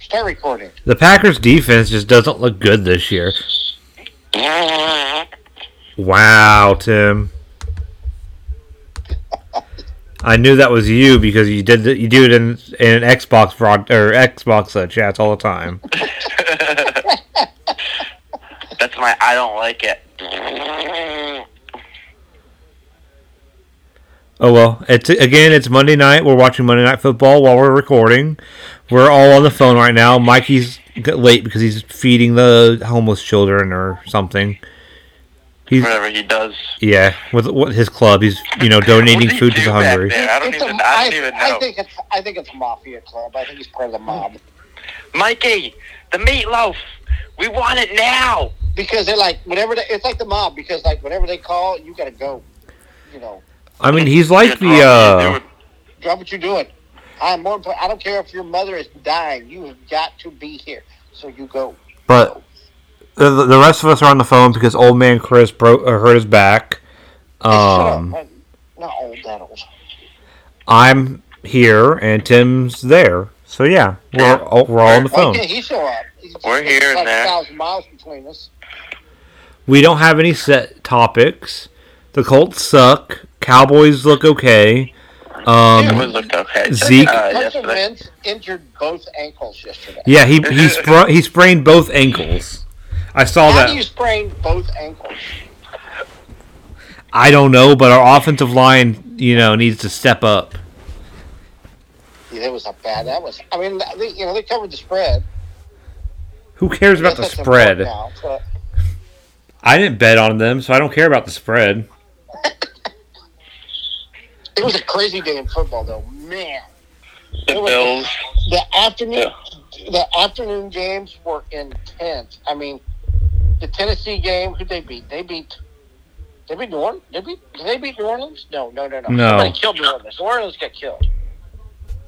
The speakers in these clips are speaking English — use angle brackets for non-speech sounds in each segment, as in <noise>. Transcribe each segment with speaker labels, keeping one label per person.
Speaker 1: Start
Speaker 2: <laughs>
Speaker 1: recording.
Speaker 3: The Packers defense just doesn't look good this year. Wow, Tim. I knew that was you because you did the, you do it in in Xbox broad or Xbox uh, chats all the time.
Speaker 2: That's my I don't like it.
Speaker 3: Oh well, it's again it's Monday night. We're watching Monday Night Football while we're recording. We're all on the phone right now. Mikey's g- late because he's feeding the homeless children or something. He's
Speaker 2: Whatever he does.
Speaker 3: yeah with, with his club. He's you know donating
Speaker 2: What do you
Speaker 3: food to
Speaker 2: do
Speaker 3: the
Speaker 2: back
Speaker 3: hungry.
Speaker 2: there? I don't
Speaker 1: It's a-
Speaker 2: even. I don't
Speaker 1: I-
Speaker 2: even
Speaker 1: I
Speaker 2: know.
Speaker 1: think it's I think it's mafia club. I think he's part of the mob
Speaker 2: Mikey, the meatloaf. We want it now.
Speaker 1: because they're like whatever they, it's like the mob because like whatever they call you got to go. You know,
Speaker 3: I mean he's like
Speaker 2: Dude,
Speaker 3: the
Speaker 2: oh,
Speaker 3: uh,
Speaker 2: dude,
Speaker 1: drop what you're doing. I'm more important. I don't care if your mother is dying. You have got to be here, so you go.
Speaker 3: but the, the rest of us are on the phone because old man Chris broke uh, hurt his back. Um,
Speaker 1: Shut up. Not old that old.
Speaker 3: I'm here and Tim's there, so yeah, we're all, we're all on the
Speaker 1: Why
Speaker 3: phone.
Speaker 1: can't he show up? He's-
Speaker 2: We're
Speaker 1: it's
Speaker 2: here and
Speaker 1: like
Speaker 2: there.
Speaker 1: a thousand miles between us.
Speaker 3: We don't have any set topics. The Colts suck. Cowboys look okay.
Speaker 2: It
Speaker 3: Um,
Speaker 2: would look
Speaker 3: <laughs>
Speaker 2: okay.
Speaker 3: Zeke-
Speaker 2: Uh,
Speaker 1: Hunter
Speaker 2: yesterday.
Speaker 1: Wentz injured both ankles yesterday.
Speaker 3: yeah, he he spra- he sprained both ankles. I saw
Speaker 1: How do you
Speaker 3: that.
Speaker 1: sprain both ankles?
Speaker 3: I don't know, but our offensive line, you know, needs to step up.
Speaker 1: Yeah, that was not bad. That was. I mean, they, you know, they covered the spread.
Speaker 3: Who cares about the
Speaker 1: That's important
Speaker 3: spread?
Speaker 1: now, but-
Speaker 3: I didn't bet on them, so I don't care about the spread.
Speaker 1: It was a crazy day in football, though. Man,
Speaker 2: The Bills.
Speaker 1: the afternoon, the afternoon games were intense. I mean, the Tennessee game. Who they beat? They beat. They beat New Orleans. They beat. Did they beat New Orleans? No, no, no, no.
Speaker 3: No.
Speaker 1: Somebody killed New Orleans. New Orleans got killed.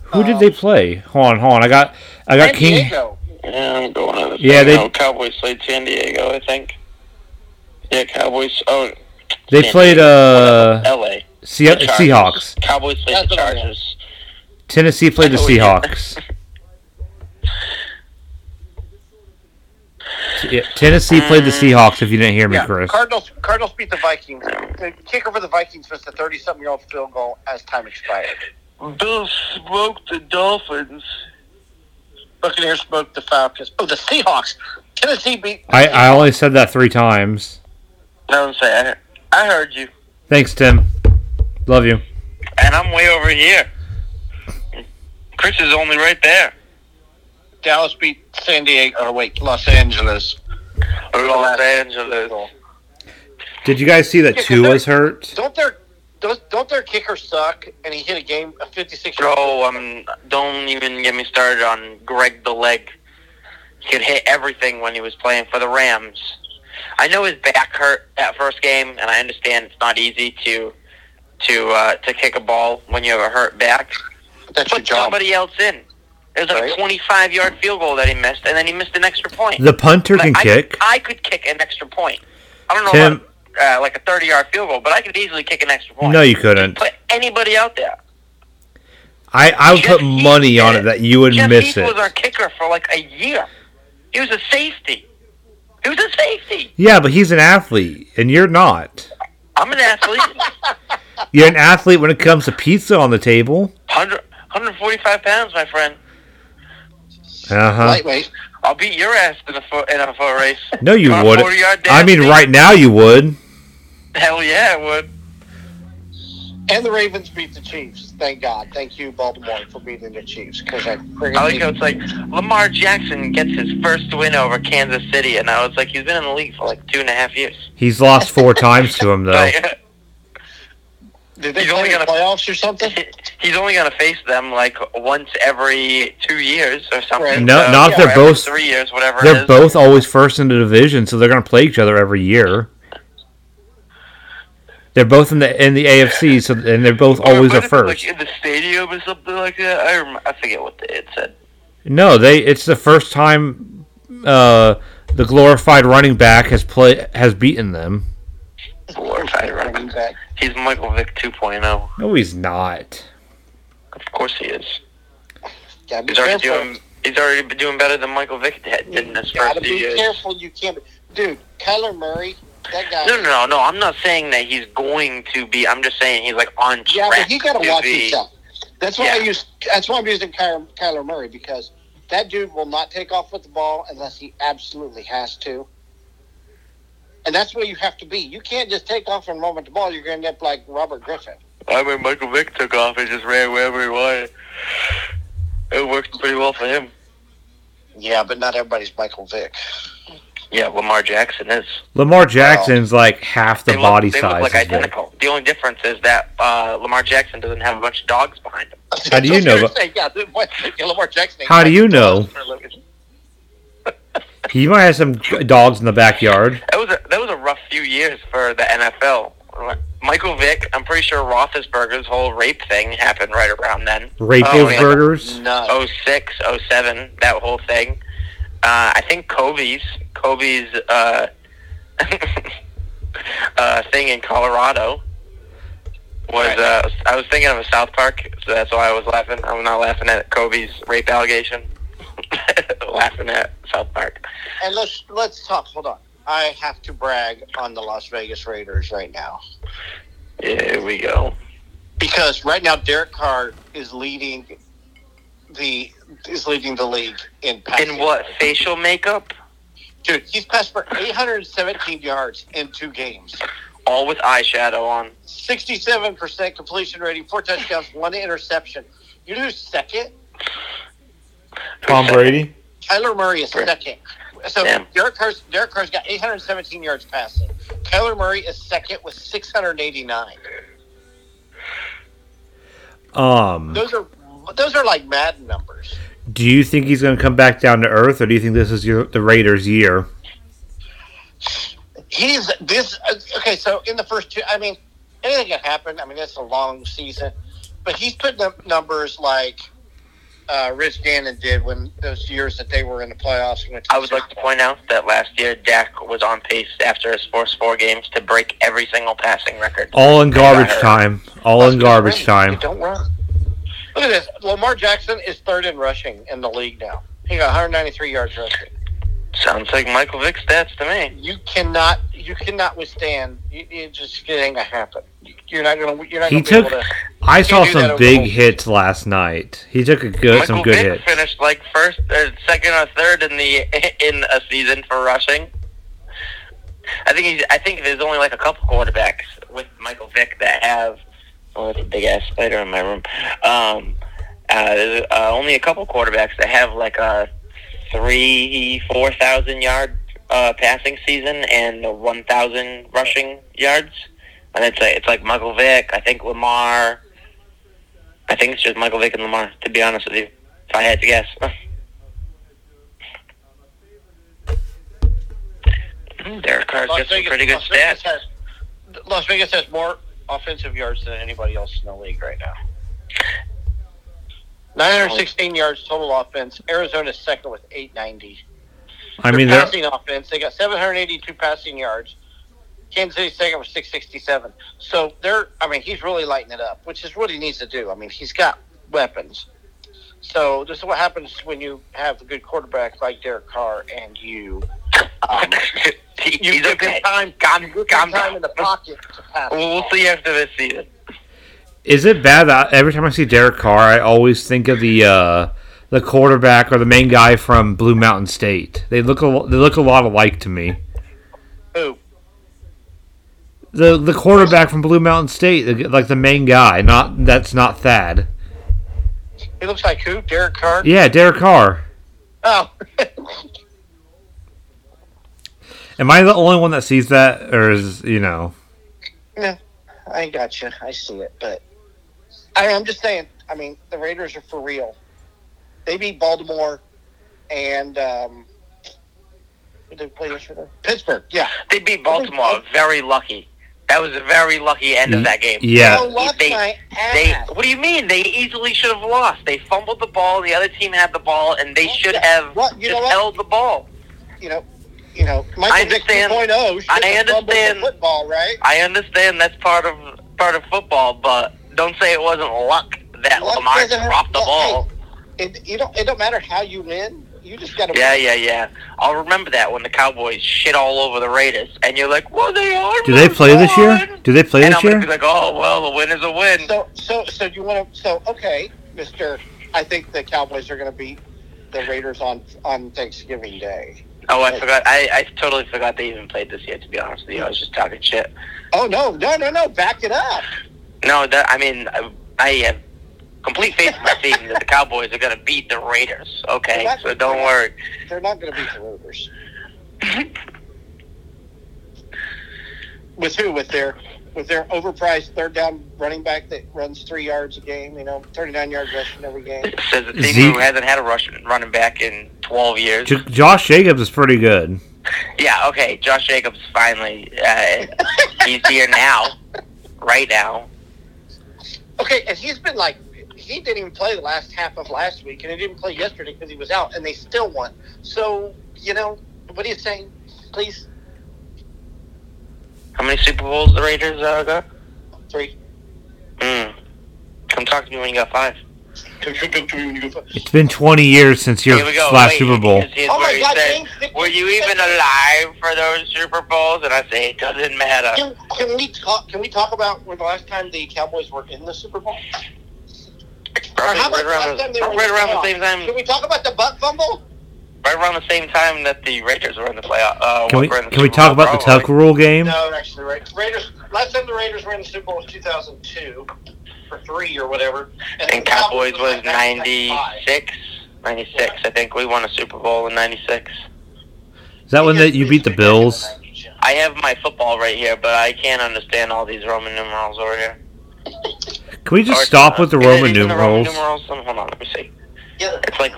Speaker 3: Who did
Speaker 2: Um,
Speaker 3: they play? Hold on, hold on. I got I
Speaker 1: San
Speaker 3: got King.
Speaker 1: Diego.
Speaker 2: Yeah, I'm going on.
Speaker 3: Yeah, they-
Speaker 2: No, Cowboys played San Diego, I think. Yeah, Cowboys. Oh,
Speaker 3: They played uh
Speaker 2: L.A.
Speaker 3: Se-
Speaker 2: The Chargers.
Speaker 3: Seahawks.
Speaker 2: Cowboys played
Speaker 1: That's
Speaker 2: the
Speaker 1: what I meant.
Speaker 2: Chargers.
Speaker 3: Tennessee played the
Speaker 2: Oh, yeah.
Speaker 3: Seahawks. T- yeah, Tennessee played
Speaker 2: Um,
Speaker 3: the Seahawks. If you didn't hear me, Chris.
Speaker 1: Cardinals. Cardinals beat the Vikings. The kicker for the Vikings was the thirty-something-year-old field goal as time expired.
Speaker 2: Bills smoked the Dolphins.
Speaker 1: Buccaneers smoked the Falcons. Oh, the Seahawks. Tennessee beat.
Speaker 3: I, I only said that three times.
Speaker 2: No, I'm saying. I I heard you.
Speaker 3: Thanks, Tim. Love you.
Speaker 2: And I'm way over here. Chris is only right there.
Speaker 1: Dallas beat San Diego. Or wait, Los Angeles.
Speaker 2: Los Angeles.
Speaker 3: Did you guys see that
Speaker 1: Yeah, 'cause
Speaker 3: Tua's hurt?
Speaker 1: Don't their don't, don't their kickers suck? And he hit a game a fifty six.
Speaker 2: Bro, um, don't even get me started on Greg the Leg. He could hit everything when he was playing for the Rams. I know his back hurt that first game, and I understand it's not easy to to uh, to kick a ball when you have a hurt back.
Speaker 1: That's your
Speaker 2: Put
Speaker 1: job.
Speaker 2: somebody else in. It was like
Speaker 1: Right.
Speaker 2: a 25 yard field goal that he missed, and then he missed an extra point.
Speaker 3: The punter
Speaker 2: Like,
Speaker 3: can
Speaker 2: I,
Speaker 3: kick.
Speaker 2: I could kick an extra point. I don't know
Speaker 3: Tim-
Speaker 2: about uh, like a 30 yard field goal, but I could easily kick an extra point.
Speaker 3: No, you couldn't.
Speaker 2: Put anybody out there.
Speaker 3: I, I would
Speaker 2: Jeff
Speaker 3: put money
Speaker 2: Heath
Speaker 3: on
Speaker 2: did
Speaker 3: it that you would
Speaker 2: Jeff
Speaker 3: miss
Speaker 2: Heath was our
Speaker 3: it.
Speaker 2: kicker for like a year. He was a safety. He was a safety.
Speaker 3: Yeah, but he's an athlete, and you're not.
Speaker 2: I'm an athlete.
Speaker 3: You're an athlete when it comes to pizza on the table.
Speaker 2: 100, 145 pounds, my friend.
Speaker 3: Uh huh.
Speaker 1: Lightweight.
Speaker 2: I'll beat your ass in a foot in a foot race.
Speaker 3: No, you
Speaker 2: On a
Speaker 3: wouldn't.
Speaker 2: 40-yard
Speaker 3: I mean,
Speaker 2: dash.
Speaker 3: right now you would.
Speaker 2: Hell yeah, I would.
Speaker 1: And the Ravens beat the Chiefs. Thank God. Thank you, Baltimore, for beating the Chiefs because I
Speaker 2: I like how it's like Lamar Jackson gets his first win over Kansas City, and I was like, he's been in the league for like two and a half years.
Speaker 3: He's lost
Speaker 2: <laughs>
Speaker 3: four times to him though.
Speaker 2: Like, <laughs>
Speaker 1: did they
Speaker 2: He's
Speaker 1: play
Speaker 2: only
Speaker 1: in the
Speaker 2: gonna-
Speaker 1: playoffs or something?
Speaker 2: he's only going to face them like once every two years or something.
Speaker 3: No,
Speaker 2: so,
Speaker 3: not if they're
Speaker 2: or every
Speaker 3: both-
Speaker 2: three years, whatever. it
Speaker 3: They're
Speaker 2: is.
Speaker 3: both always first in the division, so they're going to play each other every year. They're both in the in the AFC, so and they're both
Speaker 2: Or
Speaker 3: always
Speaker 2: what
Speaker 3: a
Speaker 2: if it's,
Speaker 3: first.
Speaker 2: Like in the stadium or something like that. I, rem- I forget what the, it said.
Speaker 3: No, they it's the first time uh, the glorified running back has play has beaten them.
Speaker 1: <laughs>
Speaker 2: Glorified
Speaker 1: Running
Speaker 2: running.
Speaker 1: back.
Speaker 2: He's Michael Vick oh. 2.0.
Speaker 3: No, he's not.
Speaker 2: Of course he is.
Speaker 1: Gotta be
Speaker 2: He's already
Speaker 1: careful.
Speaker 2: doing. He's already been doing better than Michael Vick did in this first
Speaker 1: Gotta
Speaker 2: few
Speaker 1: be
Speaker 2: years.
Speaker 1: careful. You can't, dude. Kyler Murray, that guy.
Speaker 2: No, no, no, no. I'm not saying that he's going to be. I'm just saying he's like on track.
Speaker 1: Yeah, but he got to watch
Speaker 2: be,
Speaker 1: himself. That's why I
Speaker 2: Yeah.
Speaker 1: use. That's why I'm using Kyler, Kyler Murray because that dude will not take off with the ball unless he absolutely has to. And that's where you have to be. You can't just take off and run with the ball. You're going to end up like Robert Griffin.
Speaker 2: I mean, Michael Vick took off and just ran wherever he wanted. It worked pretty well for him.
Speaker 1: Yeah, but not everybody's Michael Vick.
Speaker 2: Yeah, Lamar Jackson is.
Speaker 3: Lamar Jackson's like half the
Speaker 2: they
Speaker 3: body
Speaker 2: look, they
Speaker 3: size.
Speaker 2: look like
Speaker 3: of Vick.
Speaker 2: identical. The only difference is that uh, Lamar Jackson doesn't have a bunch of dogs behind him.
Speaker 1: <laughs>
Speaker 3: How do you know about-
Speaker 1: Say, yeah, dude, what- <laughs> yeah, Lamar Jackson. ain't
Speaker 3: How do you
Speaker 1: Michael
Speaker 3: know?
Speaker 1: Thomas for a living.
Speaker 3: He might have some g- dogs in the backyard.
Speaker 2: That was a, that was a rough few years for the NFL. Michael Vick, I'm pretty sure Roethlisberger's whole rape thing happened right around then.
Speaker 3: Rape
Speaker 2: Oh,
Speaker 3: those
Speaker 2: yeah.
Speaker 3: burgers.
Speaker 1: No.
Speaker 2: 06, 07, oh, that whole thing. Uh, I think Kobe's Kobe's uh, <laughs> uh, thing in Colorado was uh, I was thinking of a South Park, so that's why I was laughing. I'm not laughing at Kobe's rape allegation. <laughs> laughing at South Park.
Speaker 1: And let's let's talk. Hold on. I have to brag on the Las Vegas Raiders right now.
Speaker 2: Here we go.
Speaker 1: because right now Derek Carr is leading the is leading the league in passing.
Speaker 2: In what facial makeup?
Speaker 1: Dude, he's passed for 817 yards in two games.
Speaker 2: All with eyeshadow on.
Speaker 1: 67% completion rating, four touchdowns, one interception. You know who's second?
Speaker 3: Tom Brady.
Speaker 1: Kyler Murray is second. So
Speaker 2: Yeah.
Speaker 1: Derek Carr's Derek Carr's got 817 yards passing. Kyler Murray is second with 689.
Speaker 3: Um,
Speaker 1: Those are those are like Madden numbers.
Speaker 3: do you think he's going to come back down to earth, or do you think this is your, the Raiders' year?
Speaker 1: he's this okay. So in the first two, I mean, anything can happen. I mean, it's a long season, but he's putting up numbers like uh, Rich Gannon did when those years that they were in the playoffs. And went to
Speaker 2: I would like to point out that last year Dak was on pace after his first four games to break every single passing record.
Speaker 3: All in garbage
Speaker 2: Yeah.
Speaker 3: time. All
Speaker 1: Don't
Speaker 3: in garbage
Speaker 1: run.
Speaker 3: time.
Speaker 1: Don't run. Look at this. Lamar Jackson is third in rushing in the league now. He got 193 yards rushing.
Speaker 2: Sounds like Michael Vick stats to me.
Speaker 1: You cannot, you cannot withstand. You, you just it ain't gonna happen. You're not gonna. You're not
Speaker 3: He
Speaker 1: gonna be
Speaker 3: took.
Speaker 1: able to.
Speaker 3: I
Speaker 1: can't
Speaker 3: saw
Speaker 1: do that
Speaker 3: some
Speaker 1: over
Speaker 3: big
Speaker 1: the-
Speaker 3: hits last night. He took a good, some
Speaker 2: Michael
Speaker 3: good
Speaker 2: Vick
Speaker 3: hits.
Speaker 2: finished like first, or second, or third in the <laughs> in a season for rushing. I think he's, I think there's only like a couple quarterbacks with Michael Vick that have. Oh, there's a big ass spider in my room. Um, uh, there's uh, only a couple quarterbacks that have like a three, four thousand yard uh, passing season and a one thousand rushing yards. And it's like it's like Michael Vick. I think Lamar. I think it's just Michael Vick and Lamar. To be honest with you, if I had to guess. <laughs> Hmm, Derek Carr's got some pretty good
Speaker 1: Las Vegas
Speaker 2: stats. <laughs>
Speaker 1: has- Las Vegas has more offensive yards than anybody else in the league right now. 916 yards total offense. Arizona's second with 890.
Speaker 3: I
Speaker 1: Their
Speaker 3: mean, they're-
Speaker 1: passing offense, they got 782 passing yards. Kansas City second with 667. So they're, I mean, he's really lighting it up, which is what he needs to do. I mean, he's got weapons. So this is what happens when you have a good quarterback like Derek Carr and you. Um,
Speaker 2: He-
Speaker 1: you
Speaker 2: He's
Speaker 1: give him
Speaker 2: okay.
Speaker 1: time.
Speaker 2: Calm,
Speaker 1: Good
Speaker 2: calm
Speaker 1: time
Speaker 2: down.
Speaker 1: in the pocket to pass.
Speaker 2: We'll we'll see after this season.
Speaker 3: Is it bad that every time I see Derek Carr, I always think of the uh, the quarterback or the main guy from Blue Mountain State? They look a, they look a lot alike to me.
Speaker 1: Who?
Speaker 3: The the quarterback from Blue Mountain State, the- like the main guy, not that's not Thad.
Speaker 1: He looks like who? Derek Carr?
Speaker 3: Yeah, Derek Carr.
Speaker 1: Oh.
Speaker 3: Am I the only one that sees that, or is you know?
Speaker 1: <laughs> I gotcha. I see it. But I, I'm just saying, I mean, the Raiders are for real. They beat Baltimore and um, did they play yesterday? Pittsburgh, yeah.
Speaker 2: They beat Baltimore. Very lucky. That was a very lucky end of that game.
Speaker 1: Oh,
Speaker 3: Yeah,
Speaker 1: lost
Speaker 2: They-
Speaker 1: my
Speaker 2: They.
Speaker 1: ass.
Speaker 2: What do you mean? They easily should have lost. They fumbled the ball. The other team had the ball, and they should have
Speaker 1: What? You know
Speaker 2: just
Speaker 1: what?
Speaker 2: held the ball.
Speaker 1: you know, you know, Michael Vick
Speaker 2: understand.
Speaker 1: 2.0 should
Speaker 2: I
Speaker 1: have fumbled
Speaker 2: understand.
Speaker 1: the football, right?
Speaker 2: I understand that's part of part of football, but don't say it wasn't luck that
Speaker 1: Luck
Speaker 2: Lamar
Speaker 1: doesn't hurt-
Speaker 2: dropped the
Speaker 1: well,
Speaker 2: ball.
Speaker 1: hey, It you don't it don't matter how you win. You just got to
Speaker 2: Yeah, yeah, yeah. I'll remember that when the Cowboys shit all over the Raiders, and you're like, "Well, they are."
Speaker 3: Do they play this year?
Speaker 2: gone."
Speaker 3: Do they play
Speaker 2: and
Speaker 3: this
Speaker 2: I'm gonna
Speaker 3: year?
Speaker 2: be like, "Oh well, a win is a win."
Speaker 1: So so so you want to so okay, Mister. I think the Cowboys are going to beat the Raiders on on Thanksgiving Day.
Speaker 2: oh, I forgot. I, I totally forgot they even played this year. To be honest with you, I was just talking shit.
Speaker 1: Oh no no no no! Back it up.
Speaker 2: No, that I mean, I, I have complete faith in my team that the Cowboys are gonna beat the Raiders. Okay,
Speaker 1: Well, that's-
Speaker 2: so don't worry.
Speaker 1: They're not going to beat the Raiders. with who? With their with their overpriced third down running back that runs three yards a game. You know, thirty nine yards rushing every game.
Speaker 2: Says the team
Speaker 3: Zeke-
Speaker 2: who hasn't had a Russian running back in 12 years.
Speaker 3: J- Josh Jacobs is pretty good.
Speaker 2: Yeah, okay. Josh Jacobs finally, uh, he's here now, right now.
Speaker 1: Okay, and he's been like, he didn't even play the last half of last week, and he didn't play yesterday because he was out, and they still won. So, you know, what are you saying? Please,
Speaker 2: How many Super Bowls the Raiders uh, got?
Speaker 1: three.
Speaker 2: Mm. Come talk to me when you got five.
Speaker 3: It's been 20 years since your
Speaker 2: Here we go.
Speaker 3: last
Speaker 2: Wait,
Speaker 3: Super Bowl.
Speaker 2: because here's
Speaker 1: Oh
Speaker 2: where
Speaker 1: my
Speaker 2: he
Speaker 1: God,
Speaker 2: said,
Speaker 1: James, Nick-
Speaker 2: Were you even alive for those Super Bowls? And I say, it doesn't matter.
Speaker 1: Can, can we talk? Can we talk about when the last time the Cowboys were in the Super Bowl? Or
Speaker 2: Probably
Speaker 1: how
Speaker 2: right
Speaker 1: about
Speaker 2: around,
Speaker 1: the last time
Speaker 2: the-
Speaker 1: they were in
Speaker 2: right around the
Speaker 1: playoffs?
Speaker 2: same
Speaker 1: Can
Speaker 2: time,
Speaker 1: we talk about the butt fumble?
Speaker 2: right around the same time that the Raiders were in the playoff. Uh,
Speaker 3: Can we,
Speaker 2: were in the
Speaker 3: can we
Speaker 2: Super
Speaker 3: talk
Speaker 2: Bowl,
Speaker 3: about the
Speaker 2: probably.
Speaker 3: Tuck Rule game?
Speaker 1: No, actually, right. Raiders. Last time the Raiders were in the Super Bowl was two thousand two, or three, or whatever.
Speaker 2: And
Speaker 1: the
Speaker 2: Cowboys was
Speaker 1: like 1995.
Speaker 2: 96, 96. I think we won a Super Bowl in 96.
Speaker 3: Is that one that you
Speaker 1: It's
Speaker 3: beat the
Speaker 1: ridiculous.
Speaker 3: Bills?
Speaker 2: I have my football right here, but I can't understand all these Roman numerals over here.
Speaker 3: Can we just
Speaker 2: Or-
Speaker 3: stop with the
Speaker 2: is it
Speaker 3: Roman
Speaker 2: even the Roman
Speaker 3: numerals?
Speaker 2: numerals? Um, Hold on, let me see.
Speaker 1: Yeah,
Speaker 2: It's like,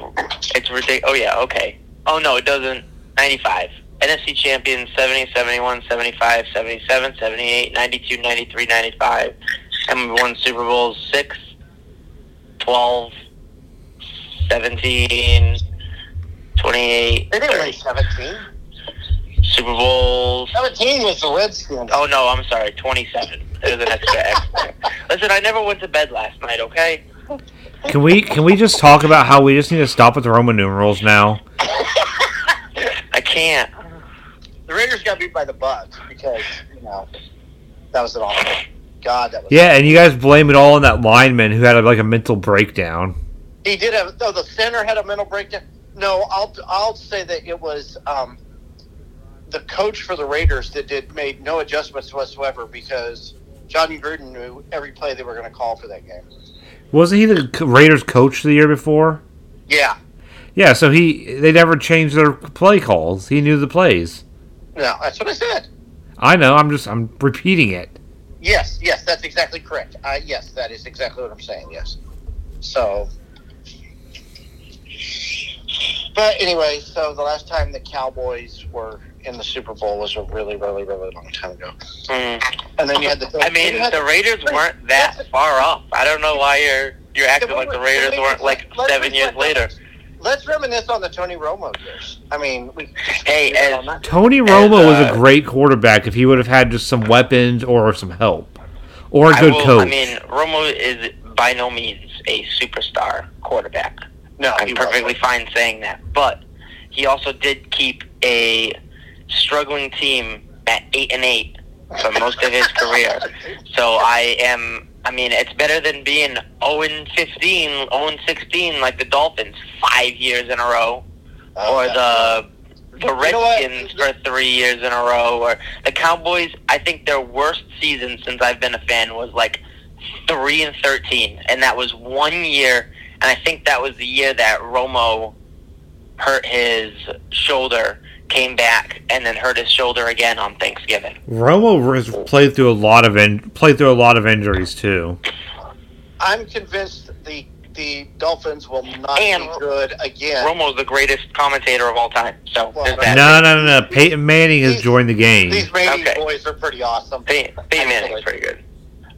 Speaker 2: it's ridiculous. Oh, yeah, okay. Oh, no, it doesn't. 95. NFC champions 70, 71, 75, 77, 78, 92, 93, 95. And we won Super Bowls 6, 12, 17, 28.
Speaker 1: they didn't win
Speaker 2: 30.
Speaker 1: 17.
Speaker 2: Super Bowls
Speaker 1: 17 was the Redskins.
Speaker 2: Oh no, I'm sorry. Twenty-seven. There's an extra <laughs> X there. Listen, I never went to bed last night. Okay.
Speaker 3: Can we can we just talk about how we just need to stop with the Roman numerals now?
Speaker 2: I can't.
Speaker 1: The Raiders got beat by the Bucks because, you know, that was an awful. God, that was.
Speaker 3: Yeah, and you guys blame it all on that lineman who had like a mental breakdown.
Speaker 1: He did have. Oh, the center had a mental breakdown. No, I'll I'll say that it was um, the coach for the Raiders that did made no adjustments whatsoever because Johnny Gruden knew every play they were going to call for that game.
Speaker 3: Wasn't he the c- Raiders coach the year before?
Speaker 1: Yeah.
Speaker 3: Yeah, so he they never changed their play calls. He knew the plays.
Speaker 1: No, that's what I said.
Speaker 3: I know. I'm just I'm repeating it.
Speaker 1: Yes, yes, that's exactly correct. Uh, yes, that is exactly what I'm saying. Yes. So, but anyway, so the last time the Cowboys were in the Super Bowl was a really, really, really long time ago.
Speaker 2: Mm.
Speaker 1: And then you had the.
Speaker 2: I mean,
Speaker 1: you had
Speaker 2: the Raiders weren't that far off. I don't know why you're you're acting like the Raiders weren't like seven years later.
Speaker 1: Let's reminisce on the Tony Romo years. I mean, we.
Speaker 2: Hey, as
Speaker 3: Tony Romo was
Speaker 2: uh,
Speaker 3: a great quarterback if he would have had just some weapons or some help or a
Speaker 2: I
Speaker 3: good
Speaker 2: will,
Speaker 3: coach.
Speaker 2: I mean, Romo is by no means a superstar quarterback.
Speaker 1: no,
Speaker 2: I'm
Speaker 1: he
Speaker 2: perfectly
Speaker 1: wasn't.
Speaker 2: fine saying that. But he also did keep a struggling team at eight and eight for most of
Speaker 1: <laughs>
Speaker 2: his career. So I am. I mean, it's better than being 0 and 15, 0 and 16 like the Dolphins five years in a row, or the the
Speaker 1: You know what?
Speaker 2: Redskins for three years in a row, or the Cowboys. I think their worst season since I've been a fan was like three and thirteen, and that was one year. And I think that was the year that Romo hurt his shoulder, came back, and then hurt his shoulder again on Thanksgiving.
Speaker 3: Romo has played through a lot of in, played through a lot of injuries too.
Speaker 1: I'm convinced the the Dolphins will not
Speaker 2: And-
Speaker 1: be good again.
Speaker 2: Romo's the greatest commentator of all time. So
Speaker 1: Well,
Speaker 2: there's
Speaker 3: No,
Speaker 2: that.
Speaker 3: no, no, no. Peyton Manning has joined the game.
Speaker 1: These Manning
Speaker 2: Okay.
Speaker 1: boys are pretty awesome.
Speaker 2: Peyton Peyton Manning's pretty good.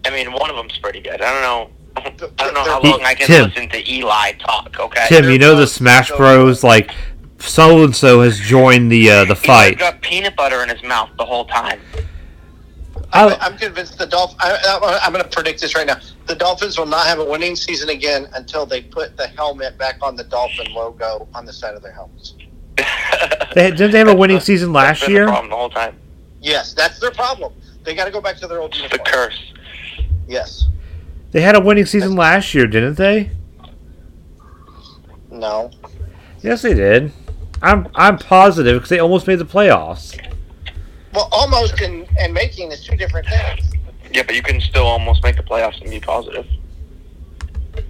Speaker 2: I mean, one of them's pretty good. I don't know. I don't know how
Speaker 3: He-
Speaker 2: long I can
Speaker 3: Tim.
Speaker 2: listen to Eli talk. Okay.
Speaker 3: Tim, you know the Smash Bros. Like so and so has joined the uh, the
Speaker 2: Eli's
Speaker 3: fight.
Speaker 2: got peanut butter in his mouth the whole time.
Speaker 3: I,
Speaker 1: I'm convinced the Dolphins. I'm going to predict this right now. The Dolphins will not have a winning season again until they put the helmet back on the Dolphin logo on the side of their helmets.
Speaker 3: <laughs> they, didn't they have a winning season last
Speaker 2: That's been the
Speaker 3: year?
Speaker 2: problem the whole time.
Speaker 1: Yes, that's their problem. They got to go back to their old
Speaker 2: It's the
Speaker 1: uniform.
Speaker 2: curse.
Speaker 1: Yes.
Speaker 3: They had a winning season last year, didn't they?
Speaker 1: No.
Speaker 3: Yes, they did. I'm I'm positive because they almost made the playoffs.
Speaker 1: Well, almost and and making is two different things.
Speaker 2: Yeah, but you can still almost make the playoffs and be positive.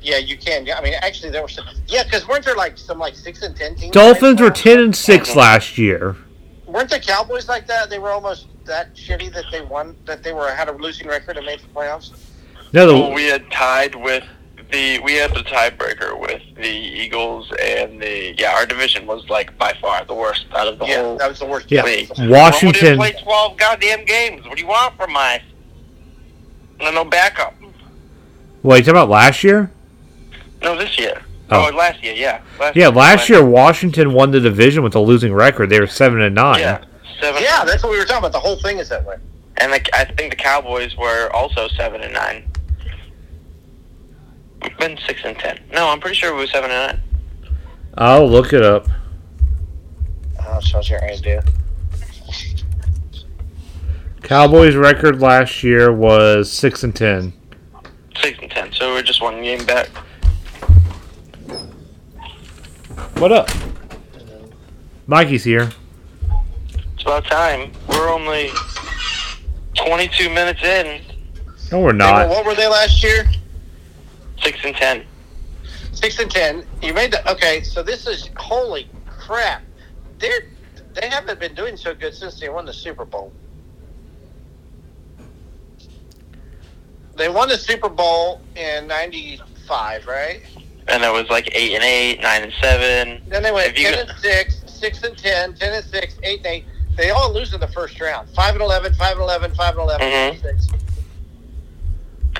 Speaker 1: Yeah, you can. Yeah, I mean, actually, there were some. Yeah, because weren't there like some like six and ten teams?
Speaker 3: Dolphins were ten and six last year.
Speaker 1: Weren't the Cowboys like that? They were almost that shitty that they won, that they were had a losing record and made the playoffs.
Speaker 3: No,
Speaker 4: Well,
Speaker 3: the,
Speaker 4: we had tied with the we had the tiebreaker with the Eagles and the yeah our division was like by far the worst out of the
Speaker 1: Yeah,
Speaker 4: whole.
Speaker 1: that was the worst.
Speaker 3: yeah,
Speaker 1: Wait.
Speaker 3: Washington.
Speaker 2: Well, we didn't play 12 goddamn games. What do you want from my... No, no backup.
Speaker 3: Wait, you talking about last year?
Speaker 2: No, this year.
Speaker 3: Oh.
Speaker 2: Oh, last year, yeah. Last
Speaker 3: Yeah, last year Washington won the division with a losing record. They were seven and nine.
Speaker 2: Yeah. Seven.
Speaker 1: Yeah, that's what we were talking about. The whole thing is that way.
Speaker 2: And the, I think the Cowboys were also seven and nine. We've been six and ten. No, I'm pretty sure we were seven and nine.
Speaker 3: I'll look it up.
Speaker 1: Oh, shows your idea.
Speaker 3: Cowboys record last year was six and ten.
Speaker 2: Six and ten. So we're just one game back.
Speaker 3: What up? Mikey's here.
Speaker 2: It's about time. We're only twenty-two minutes in.
Speaker 3: No,
Speaker 1: They
Speaker 3: we're
Speaker 1: were-
Speaker 3: not.
Speaker 1: what were they last year?
Speaker 2: Six and ten.
Speaker 1: Six and ten. You made the okay. So this is holy crap. They're they haven't been doing so good since they won the Super Bowl. They won the Super Bowl in '95, right?
Speaker 2: And it was like eight and eight, nine and seven.
Speaker 1: Then they went
Speaker 2: If you-
Speaker 1: 10 and 6, 6 and 10, 10 and 6, 8 and 8. They all lose in the first round. 5 and 11, 5 and 11, 5 and 11,
Speaker 2: Mhm.
Speaker 1: 6.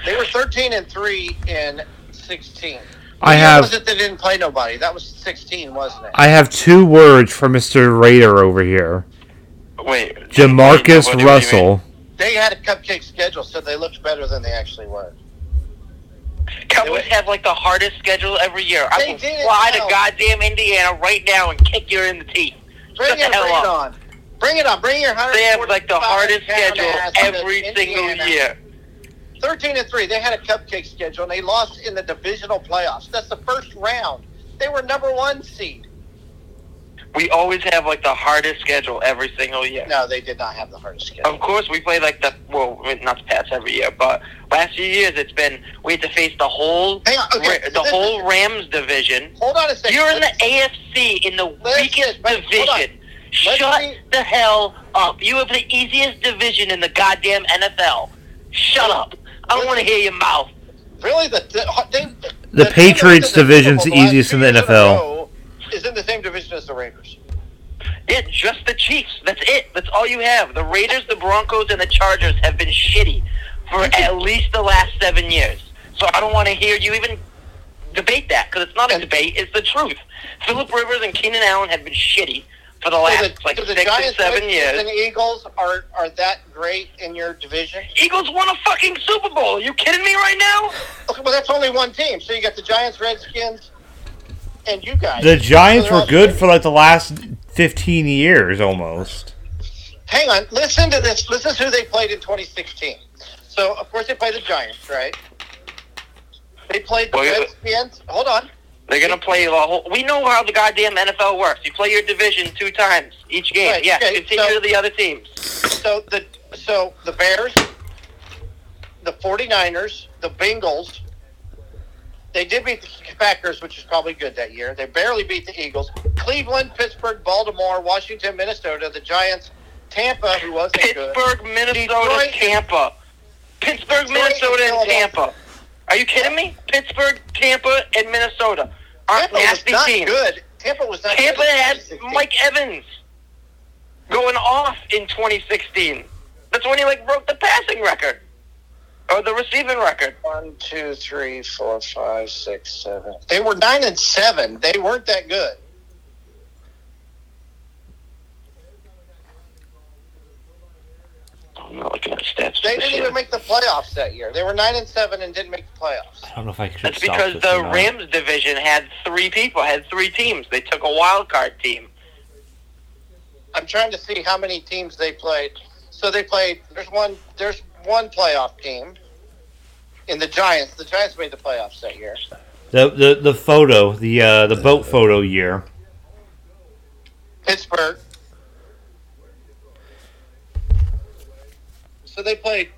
Speaker 1: They were 13 and 3 in 16.
Speaker 3: I
Speaker 1: That
Speaker 3: have
Speaker 1: wasn't they didn't play nobody. That was 16, wasn't it?
Speaker 3: I have two words for Mr. Raider over here.
Speaker 2: Wait.
Speaker 3: Jamarcus
Speaker 2: What do you
Speaker 3: Russell.
Speaker 1: They had a cupcake schedule, so they looked better than they actually were.
Speaker 2: mean? Cowboys have like the hardest schedule every year. I
Speaker 1: They
Speaker 2: will
Speaker 1: did it
Speaker 2: fly
Speaker 1: now.
Speaker 2: to goddamn Indiana right now and kick you in the teeth.
Speaker 1: Bring
Speaker 2: Shut
Speaker 1: it,
Speaker 2: the hell
Speaker 1: bring it
Speaker 2: up.
Speaker 1: on. Bring it on. Bring your 100.
Speaker 2: They have like the hardest schedule every single year.
Speaker 1: 13 and 3 they had a cupcake schedule and they lost in the divisional playoffs that's the first round they were number one seed
Speaker 2: We always have like the hardest schedule every single year.
Speaker 1: no they did not have the hardest schedule
Speaker 2: Of course, we play like the well, not the Pats every year, but last few years it's been we had to face the whole
Speaker 1: Hang on, okay,
Speaker 2: Ra-
Speaker 1: so
Speaker 2: the
Speaker 1: this
Speaker 2: whole Rams division.
Speaker 1: hold on a second
Speaker 2: You're in the
Speaker 1: Let's-
Speaker 2: AFC in the
Speaker 1: Let's-
Speaker 2: weakest
Speaker 1: let's- hold on.
Speaker 2: division.
Speaker 1: Let's
Speaker 2: Shut
Speaker 1: see-
Speaker 2: the hell up! You have the easiest division in the goddamn NFL. Shut up! I don't
Speaker 1: Let's-
Speaker 2: want to hear your mouth.
Speaker 1: really the, the, they,
Speaker 3: The
Speaker 1: team that
Speaker 3: Patriots
Speaker 1: went to
Speaker 3: division's
Speaker 1: Super
Speaker 3: the
Speaker 1: Bowl last
Speaker 3: easiest in
Speaker 1: two
Speaker 3: the
Speaker 1: years a
Speaker 3: NFL.
Speaker 1: row is in the same division as the raiders
Speaker 2: Yeah, just the Chiefs. That's it. That's all you have. The Raiders, the Broncos, and the Chargers have been shitty for at least the last seven years. So I don't want to hear you even debate that because it's not a
Speaker 1: And-
Speaker 2: debate. It's the truth. Philip Rivers and Keenan Allen have been shitty for the last
Speaker 1: so the,
Speaker 2: like
Speaker 1: so the
Speaker 2: six or
Speaker 1: giants
Speaker 2: seven
Speaker 1: Redskins,
Speaker 2: years.
Speaker 1: and eagles are, are that great in your division
Speaker 2: Eagles won a fucking Super Bowl. Are you kidding me right now?
Speaker 1: okay, well that's only one team so you got the giants redskins and you guys
Speaker 3: The Giants
Speaker 1: So they're
Speaker 3: were
Speaker 1: all-
Speaker 3: good for like the last fifteen years almost.
Speaker 1: Hang on, listen to this. Listen to who they played in 2016. So, of course, they played the Giants, right? They played the
Speaker 2: Well, yeah.
Speaker 1: Redskins. Hold on.
Speaker 2: They're gonna play the whole. We know how the goddamn NFL works. You play your division two times each game.
Speaker 1: Right,
Speaker 2: yeah,
Speaker 1: okay,
Speaker 2: continue
Speaker 1: so-
Speaker 2: to the other teams.
Speaker 1: So the so the Bears, the 49ers, the Bengals. They did beat the Packers, which is probably good that year. They barely beat the Eagles. Cleveland, Pittsburgh, Baltimore, Washington, Minnesota, the Giants, Tampa, who wasn't good.
Speaker 2: Pittsburgh, Minnesota,
Speaker 1: Detroit-
Speaker 2: Tampa. Pittsburgh,
Speaker 1: Detroit
Speaker 2: Minnesota,
Speaker 1: and
Speaker 2: and Tampa.
Speaker 1: Philadelphia.
Speaker 2: Are you kidding me? Pittsburgh, Tampa, and Minnesota aren't
Speaker 1: Tampa was
Speaker 2: nasty
Speaker 1: not
Speaker 2: teams.
Speaker 1: good. Tampa was not
Speaker 2: Tampa
Speaker 1: good. in
Speaker 2: had
Speaker 1: 2016.
Speaker 2: Mike Evans going off in 2016. That's when he like broke the passing record or the receiving record.
Speaker 1: One, two, three, four, five, six, seven. They were nine and seven. They weren't that good.
Speaker 2: Oh I'm not looking at the stats.
Speaker 1: They
Speaker 2: this
Speaker 1: didn't
Speaker 2: year.
Speaker 1: even make the playoffs that year. They were nine and seven and didn't make the playoffs.
Speaker 3: I don't know if I should.
Speaker 2: That's
Speaker 3: stop
Speaker 2: because
Speaker 3: this
Speaker 2: the
Speaker 3: or not.
Speaker 2: Rams division had three people, had three teams. They took a wild card team.
Speaker 1: I'm trying to see how many teams they played. So they played. There's one. There's one playoff team. In the Giants, the Giants made the playoffs that year.
Speaker 3: The, the the photo, the uh, the boat photo year.
Speaker 1: Pittsburgh. So they played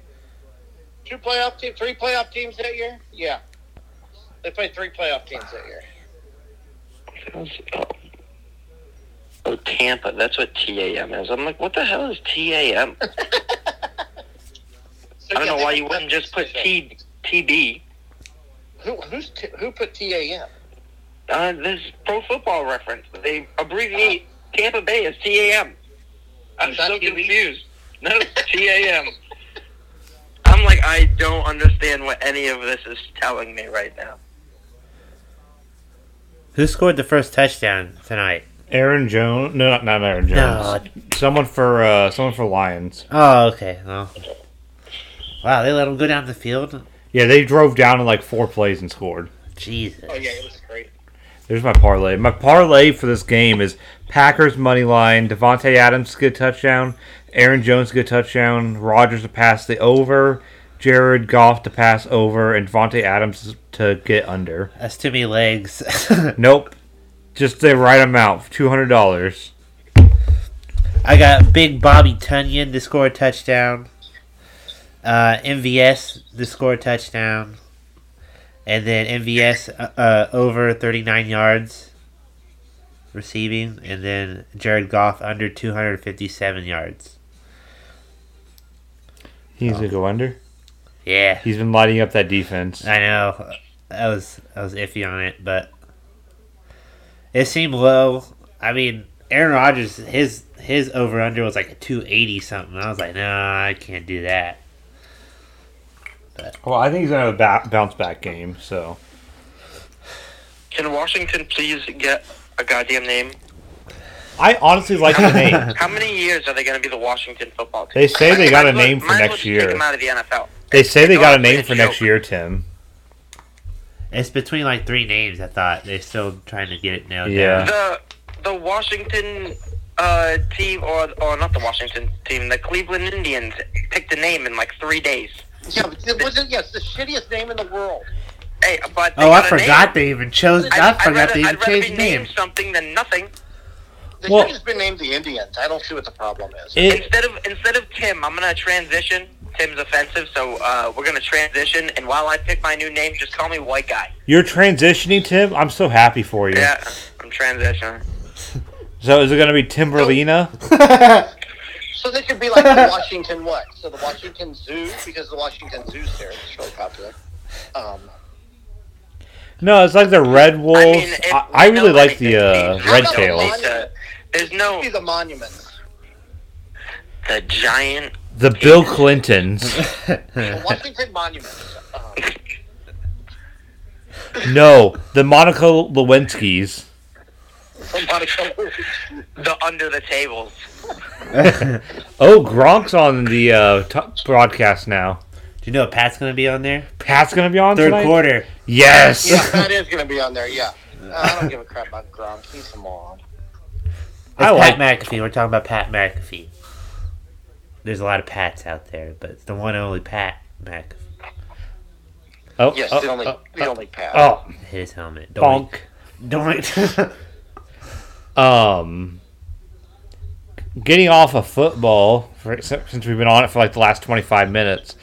Speaker 1: two playoff teams, three playoff teams that year. Yeah, they played three playoff teams that year.
Speaker 2: Oh. oh, Tampa. That's what TAM is. I'm like, what the hell is TAM?
Speaker 1: <laughs>
Speaker 2: I
Speaker 1: So,
Speaker 2: don't
Speaker 1: yeah,
Speaker 2: know
Speaker 1: they
Speaker 2: why
Speaker 1: made
Speaker 2: you wouldn't
Speaker 1: that
Speaker 2: just put
Speaker 1: decision.
Speaker 2: T TB.
Speaker 1: Who who's t- who put TAM?
Speaker 2: Uh, this is pro football reference. They abbreviate Tampa Bay as TAM. I'm
Speaker 1: Is that
Speaker 2: so
Speaker 1: TB?
Speaker 2: confused. <laughs> No, TAM. I'm like, I don't understand what any of this is telling me right now.
Speaker 5: Who scored the first touchdown tonight?
Speaker 3: Aaron Jones. No, not, not Aaron
Speaker 1: Uh,
Speaker 5: No.
Speaker 3: Jones. Someone for uh, someone for Lions.
Speaker 5: Oh, okay. Well, wow, they let him go down the field.
Speaker 3: Yeah, they drove down in like four plays and scored.
Speaker 5: Jesus.
Speaker 1: Oh yeah, it was great.
Speaker 3: There's my parlay. My parlay for this game is Packers money line, Devontae Adams good touchdown, Aaron Jones good touchdown, Rodgers to pass the over, Jared Goff to pass over, and Devontae Adams to get under.
Speaker 5: That's too many legs. <laughs>
Speaker 3: Nope. Just the right amount, two hundred dollars.
Speaker 5: I got Big Bobby Tunyon to score a touchdown. Uh, MVS to score a touchdown. And then MVS uh, uh, over 39 yards receiving. And then Jared Goff under 257 yards.
Speaker 3: He's gonna go under.
Speaker 5: Yeah,
Speaker 3: He's been lighting up that defense.
Speaker 5: I know. I was I was iffy on it, but it seemed low. I mean, Aaron Rodgers his his over under was like a 280 something. I was like, no, I can't do that.
Speaker 3: Well, I think he's gonna have a ba- bounce back game. So
Speaker 2: Can Washington please get a goddamn name?
Speaker 3: I honestly like the <laughs> name.
Speaker 2: How many years are they going to be the Washington football team?
Speaker 3: They say they got a name for
Speaker 2: Might as well
Speaker 3: next
Speaker 2: just Take
Speaker 3: year.
Speaker 2: them out of the NFL.
Speaker 3: They say they <laughs> got a name for next year, Tim.
Speaker 5: It's between like three names. I thought they're still trying to get it nailed
Speaker 3: Yeah.
Speaker 5: down.
Speaker 2: The the Washington uh, team, or or not the Washington team, the Cleveland Indians picked a name in like three days.
Speaker 1: Yeah, but it wasn't. Yes, the shittiest name in the world.
Speaker 2: Hey, but they
Speaker 5: Oh, I
Speaker 2: got a
Speaker 5: forgot
Speaker 2: Name.
Speaker 5: they even chose.
Speaker 2: I'd-
Speaker 5: I,
Speaker 2: I'd
Speaker 5: forgot
Speaker 2: rather-
Speaker 5: they even
Speaker 2: I'd rather
Speaker 5: changed
Speaker 2: be named
Speaker 5: names.
Speaker 2: something than nothing.
Speaker 1: They
Speaker 3: Well-
Speaker 1: should have been named the Indians. I don't see what the problem is.
Speaker 3: It,
Speaker 2: Instead of instead of Tim, I'm gonna transition. Tim's offensive, so uh, we're gonna transition. And while I pick my new name, just call me White Guy.
Speaker 3: you're transitioning, Tim. I'm so happy for you.
Speaker 2: Yeah, I'm transitioning.
Speaker 3: So is it gonna be Timberlina?
Speaker 1: So they could be like
Speaker 3: <laughs>
Speaker 1: the Washington what? So the Washington Zoo because the Washington Zoo series is really popular. Um,
Speaker 3: No, it's like the Red Wolves. I,
Speaker 2: if
Speaker 3: I,
Speaker 2: we
Speaker 3: really
Speaker 2: know
Speaker 3: like the
Speaker 2: anything,
Speaker 3: uh,
Speaker 2: we
Speaker 3: Red
Speaker 2: know
Speaker 3: Tails.
Speaker 1: Lions.
Speaker 2: that uh, There's
Speaker 1: it
Speaker 2: no
Speaker 1: could be the monuments.
Speaker 2: the giant.
Speaker 3: The Bill <laughs> Clintons.
Speaker 1: The Washington monuments. Um,
Speaker 2: <laughs>
Speaker 3: no, the Monica Lewinsky's.
Speaker 1: somebody come over.
Speaker 2: the under the tables.
Speaker 3: Oh, Gronk's on the uh, t- broadcast now.
Speaker 5: <laughs> Do you know Pat's gonna be on there?
Speaker 3: Pat's gonna be on
Speaker 5: Third
Speaker 3: tonight?
Speaker 5: quarter.
Speaker 3: Yes.
Speaker 1: Yeah, that is going to be on there. Yeah. Uh, I don't give a crap about Gronk. He's a moron.
Speaker 5: It's
Speaker 3: I
Speaker 5: Pat McAfee. We're talking about Pat McAfee. There's a lot of Pats out there, but it's the one and only Pat McAfee.
Speaker 3: Oh,
Speaker 1: Yes,
Speaker 3: oh,
Speaker 1: the only
Speaker 3: oh,
Speaker 1: the only pass.
Speaker 3: oh,
Speaker 5: Hit his helmet. Don't.
Speaker 3: bonk.
Speaker 5: <laughs> Don't.
Speaker 3: Um, getting off of football for, since we've been on it for like the last twenty five minutes.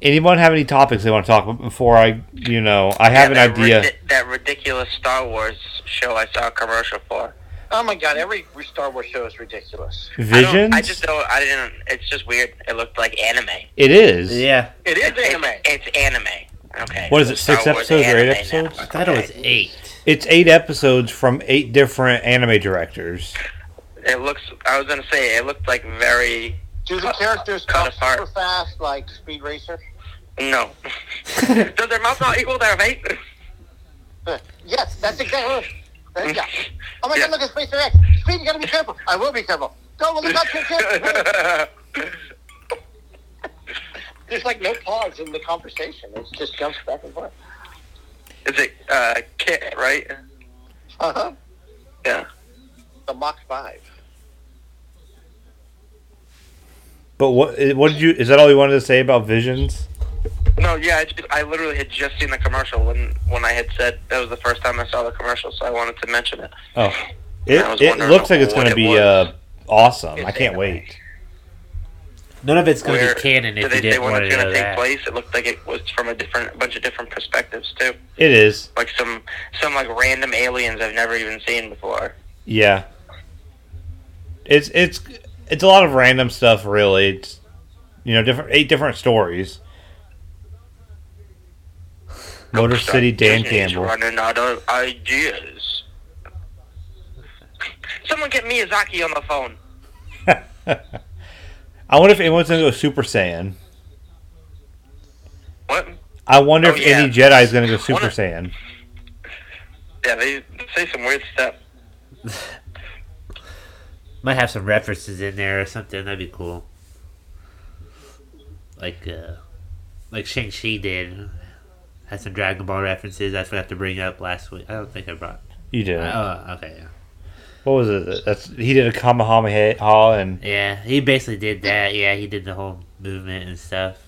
Speaker 3: Anyone have any topics they want to talk about before I, you know, I have
Speaker 2: Yeah,
Speaker 3: an
Speaker 2: that
Speaker 3: idea.
Speaker 2: ridi- that ridiculous Star Wars show I saw a commercial for.
Speaker 1: Oh my god! Every Star Wars show is ridiculous.
Speaker 2: I don't-
Speaker 3: Visions.
Speaker 2: I, just don't. I didn't. It's just weird. It looked like anime.
Speaker 3: it is.
Speaker 5: yeah.
Speaker 1: It is
Speaker 2: It's,
Speaker 1: anime.
Speaker 2: it's anime. Okay.
Speaker 3: What is it?
Speaker 2: Star
Speaker 3: Six
Speaker 2: Wars
Speaker 3: episodes or
Speaker 2: anime
Speaker 3: eight
Speaker 2: now.
Speaker 3: episodes?
Speaker 5: I thought it was eight.
Speaker 3: It's eight episodes from eight different anime directors.
Speaker 2: It looks. I was gonna say it looked like very.
Speaker 1: Do the characters
Speaker 2: Cut
Speaker 1: talk
Speaker 2: apart.
Speaker 1: super fast like Speed Racer?
Speaker 5: <laughs>
Speaker 2: No. Does their mouth not equal their height?
Speaker 1: Uh, Yes, that's exactly. What it is. yeah. Oh my
Speaker 2: Yeah.
Speaker 1: god! Look at Spacer <laughs>
Speaker 2: <laughs>
Speaker 1: X. Speed, you gotta be careful. I will be careful. Don't look out! You're careful. There's like no pause in the conversation. It just jumps back and forth.
Speaker 2: Is it uh, Kit, right?
Speaker 1: Uh huh.
Speaker 2: Yeah.
Speaker 1: The Mach Five.
Speaker 3: But what eh, what did you? Is that all you wanted to say about Visions?
Speaker 2: No, yeah, I, just, I literally had just seen the commercial when when I had said that was the first time I saw the commercial, so I wanted to mention it.
Speaker 3: Oh,
Speaker 2: I was
Speaker 3: it, it
Speaker 2: wondering
Speaker 3: looks like it's
Speaker 2: what
Speaker 3: going to
Speaker 2: it
Speaker 3: be
Speaker 2: was.
Speaker 3: uh, awesome. I can't wait.
Speaker 5: None of it's going to
Speaker 2: Where-
Speaker 5: be canon
Speaker 2: did
Speaker 5: if
Speaker 2: they
Speaker 5: you
Speaker 2: say
Speaker 5: didn't
Speaker 2: when
Speaker 5: want to
Speaker 2: it's
Speaker 5: know
Speaker 2: going to take
Speaker 5: that.
Speaker 2: place? It looked like it was from a different, a bunch of different perspectives too.
Speaker 3: It is.
Speaker 2: Like some, some like random aliens I've never even seen before.
Speaker 3: Yeah. It's it's it's a lot of random stuff, really. It's you know different eight different stories. Motor City Dan
Speaker 2: Disney's
Speaker 3: Campbell.
Speaker 2: running out of ideas. Someone get Miyazaki on the phone.
Speaker 3: <laughs> I wonder if anyone's going to go Super Saiyan.
Speaker 2: What?
Speaker 3: I wonder
Speaker 2: Oh,
Speaker 3: if
Speaker 2: yeah.
Speaker 3: any Jedi is going to go Super
Speaker 2: Wonder-
Speaker 3: Saiyan.
Speaker 2: Yeah, they say some weird stuff.
Speaker 5: Might have some references in there or something. That'd be cool. Like, uh, like Shang Chi did. Had some Dragon Ball references. I forgot to bring up last week. I don't think I brought.
Speaker 3: You did.
Speaker 5: Oh, okay. Yeah.
Speaker 3: what was it? That's he did a Kamehameha and
Speaker 5: yeah, he basically did that. Yeah, he did the whole movement and stuff.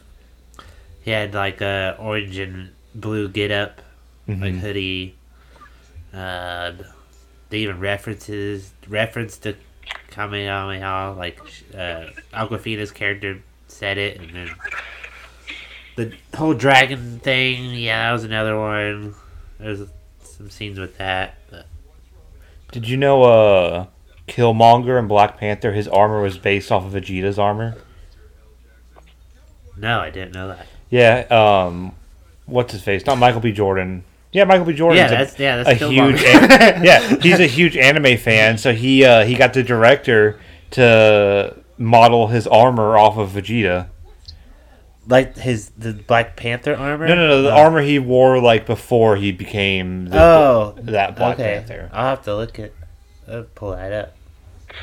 Speaker 5: He had like a orange and blue get up, like
Speaker 3: Mhm.
Speaker 5: hoodie. Uh, they even references referenced the Kamehameha. Like uh, Aquafina's character said it, and then the whole dragon thing. Yeah, that was another one. There's some scenes with that. But
Speaker 3: Did you know uh Killmonger and Black Panther his armor was based off of Vegeta's armor?
Speaker 5: no, I didn't know that.
Speaker 3: Yeah, um what's his face? Not Michael B. Jordan. Yeah, Michael B. Jordan.
Speaker 5: Yeah, that's yeah, that's
Speaker 3: a
Speaker 5: still
Speaker 3: huge
Speaker 5: Marvel. <laughs>
Speaker 3: an- yeah he's a huge anime fan so he uh, he got the director to model his armor off of vegeta
Speaker 5: like his the Black Panther armor.
Speaker 3: no no no the
Speaker 5: Oh.
Speaker 3: armor he wore like before he became the,
Speaker 5: Oh,
Speaker 3: that black
Speaker 5: okay.
Speaker 3: panther
Speaker 5: I'll have to look at, uh, pull that up,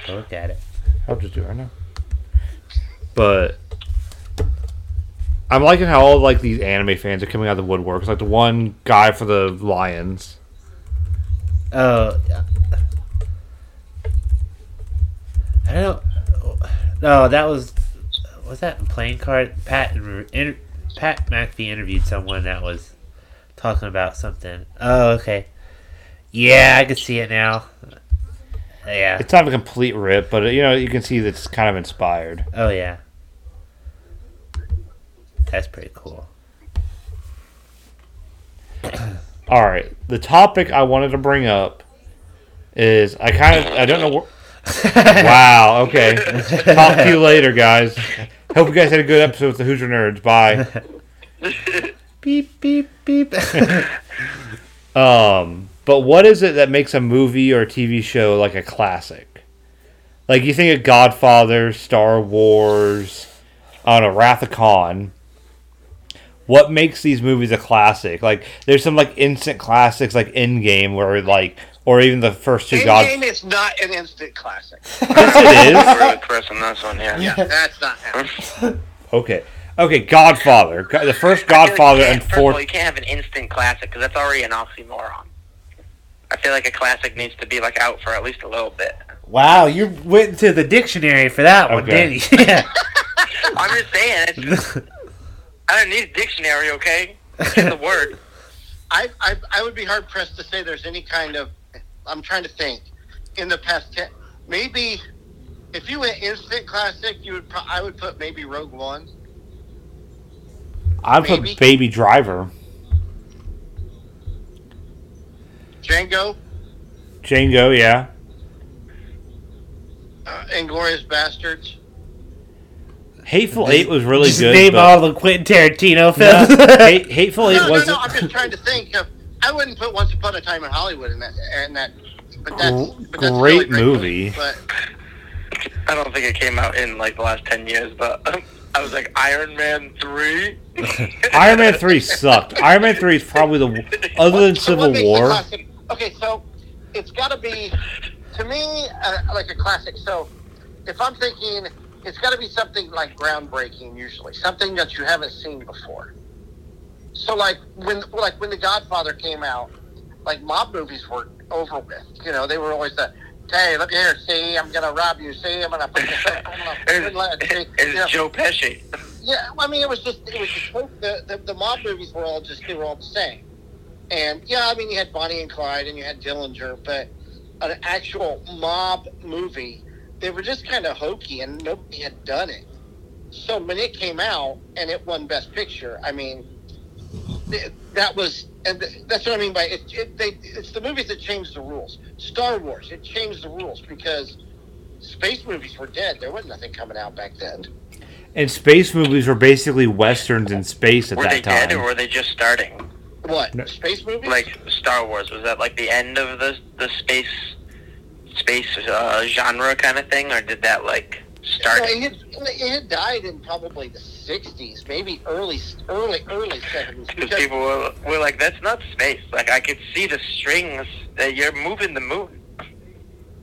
Speaker 5: I'll look at it.
Speaker 3: i'll just do it right now but i'm liking how all like these anime fans are coming out of the woodworks like the one guy for the lions
Speaker 5: Oh, yeah. I don't. No, that was was that in playing card. Pat and inter, Pat McAfee interviewed someone that was talking about something. Oh, okay. Yeah, I can see it now. Yeah.
Speaker 3: it's not a complete rip but you know you can see that's kind of inspired
Speaker 5: Oh yeah. That's pretty cool.
Speaker 3: All right. The topic I wanted to bring up is I kind of I don't know. Wh- <laughs> wow. Okay. Talk to you later, guys. Hope you guys had a good episode with the Hoosier Nerds. Bye.
Speaker 5: beep beep beep.
Speaker 3: Um, but what is it that makes a movie or a TV show like a classic? Like you think of Godfather, Star Wars, I don't know, Wrath of Khan. What makes these movies a classic? Like there's some like instant classics like Endgame where like or even the first two God
Speaker 1: Endgame is not an instant classic.
Speaker 3: <laughs> Yes, it
Speaker 2: We're with Chris on this one, yeah.
Speaker 1: Yeah, that's not happening.
Speaker 3: is. Okay. Okay, Godfather. Go- The first
Speaker 2: I feel
Speaker 3: <laughs>
Speaker 2: like
Speaker 3: Godfather
Speaker 2: you
Speaker 3: and
Speaker 2: can't- First of all,
Speaker 3: fourth.
Speaker 2: you can't have an instant classic because that's already an oxymoron. I feel like a classic needs to be like out for at least a little bit.
Speaker 5: <laughs>
Speaker 2: <laughs>
Speaker 5: Wow, you went into the dictionary for that one,
Speaker 3: Okay.
Speaker 5: didn't you? Yeah.
Speaker 2: I'm just saying, it's
Speaker 5: <laughs>
Speaker 2: I don't need a dictionary, okay? It's the word.
Speaker 1: I, I I would be hard pressed to say there's any kind of. I'm trying to think. In the past ten, maybe if you went instant classic, you would. Pro- I would put maybe Rogue One.
Speaker 3: I put
Speaker 1: Baby.
Speaker 3: Baby Driver.
Speaker 1: Django,
Speaker 3: Django, yeah.
Speaker 1: uh, Inglorious Bastards.
Speaker 3: Hateful Eight was really
Speaker 5: Just
Speaker 3: good.
Speaker 5: name
Speaker 3: but- <laughs>
Speaker 5: all the Quentin Tarantino films.
Speaker 3: No, Hate- Hateful Eight
Speaker 1: No, no,
Speaker 3: wasn't.
Speaker 1: no. I'm just trying to think. Of, I wouldn't put Once Upon a Time in Hollywood in that. In that but that's,
Speaker 3: Gr-
Speaker 1: but that's still a
Speaker 3: great movie.
Speaker 1: But
Speaker 2: I don't think it came out in like the last ten years, but <laughs> um, I was like Iron Man three.
Speaker 3: Iron Man three sucked. Iron Man three is probably the other than
Speaker 1: So <laughs> what
Speaker 3: Civil
Speaker 1: makes a
Speaker 3: War.
Speaker 1: classic- Okay, so it's got to be, to me, uh, like a classic. So if I'm thinking it's got to be something like groundbreaking, usually something that you haven't seen before. So, like when like when The Godfather came out, like mob movies were over with. You know, they were always the, hey, look here, see, I'm gonna rob you, see, I'm gonna put this up, I'm gonna put that, see,
Speaker 4: It's
Speaker 1: you know,
Speaker 4: Joe Pesci.
Speaker 1: yeah, well, I mean, it was just it was just, the, the the mob movies were all just they were all the same, and yeah, I mean, you had Bonnie and Clyde and you had Dillinger, but an actual mob movie, they were just kind of hokey and nobody had done it. So when it came out and it won Best Picture, I mean, th- that was and th- that's what I mean by it. it they, it's the movies that changed the rules. Star Wars it changed the rules because space movies were dead. There was nothing coming out back then.
Speaker 3: And space movies were basically westerns in space at
Speaker 2: Were they
Speaker 3: that
Speaker 2: dead or
Speaker 3: time.
Speaker 2: were they just starting?
Speaker 1: What
Speaker 3: No.
Speaker 1: space movies?
Speaker 2: Like Star Wars, was that like the end of the the space space uh, genre kind of thing, or did that like start?
Speaker 1: No, it, had, it had died in probably the '60s, maybe early, early, early '70s.
Speaker 2: Because
Speaker 1: Because
Speaker 2: people were, were like, "That's not space." Like I could see the strings that you're moving the moon.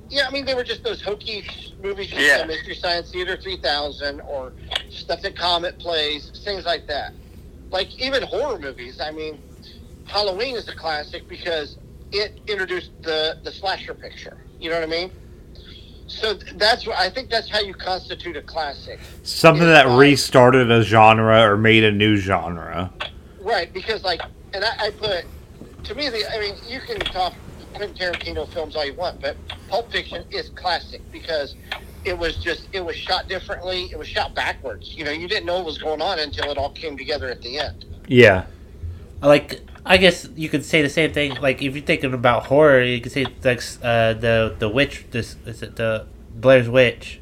Speaker 1: yeah, I mean, they were just those hokey movies, you
Speaker 2: Yeah.
Speaker 1: know, Mystery Science Theater 3000, or stuff that Comet plays, things like that. Like even horror movies. I mean, Halloween is a classic because it introduced the the slasher picture. You know what I mean? So th- that's wh- I think that's how you constitute a classic.
Speaker 3: Something that restarted a genre or made a new genre.
Speaker 1: Right, because like, and I, I put to me the. I mean, you can talk Quentin Tarantino films all you want, but Pulp Fiction is classic because it was just it was shot differently. It was shot backwards. You know, you didn't know what was going on until it all came together at the end.
Speaker 3: Yeah.
Speaker 5: <laughs> like I guess you could say the same thing. Like if you're thinking about horror, you could say like s- uh, the the witch. This is it the Blair's Witch.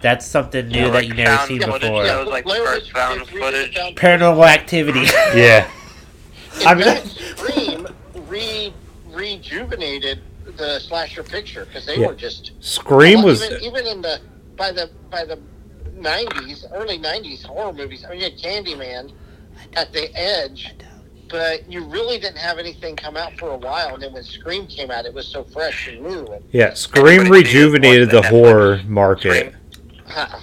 Speaker 5: That's something new
Speaker 2: Yeah,
Speaker 5: that
Speaker 2: like
Speaker 5: you never
Speaker 2: found
Speaker 5: seen
Speaker 2: footage,
Speaker 5: before.
Speaker 2: yeah. was like the
Speaker 1: Blair
Speaker 2: first
Speaker 1: Witch
Speaker 2: found
Speaker 1: is really
Speaker 2: footage.
Speaker 1: found-
Speaker 5: Paranormal Activity. <laughs>
Speaker 3: Yeah.
Speaker 1: and
Speaker 3: I mean-
Speaker 1: then Scream re rejuvenated the slasher picture because they
Speaker 3: Yeah.
Speaker 1: were just
Speaker 3: Scream
Speaker 1: Well,
Speaker 3: was.
Speaker 1: even, even in the by the by the nineties, early nineties horror movies. I mean, you had Candyman at the edge, but you really didn't have anything come out for a while. And then when Scream came out, it was so fresh and new. And
Speaker 3: Yeah, Scream
Speaker 2: Everybody sees
Speaker 3: rejuvenated
Speaker 2: one
Speaker 3: the
Speaker 2: that
Speaker 3: horror
Speaker 2: Netflix
Speaker 3: market.
Speaker 2: Scream.
Speaker 1: huh,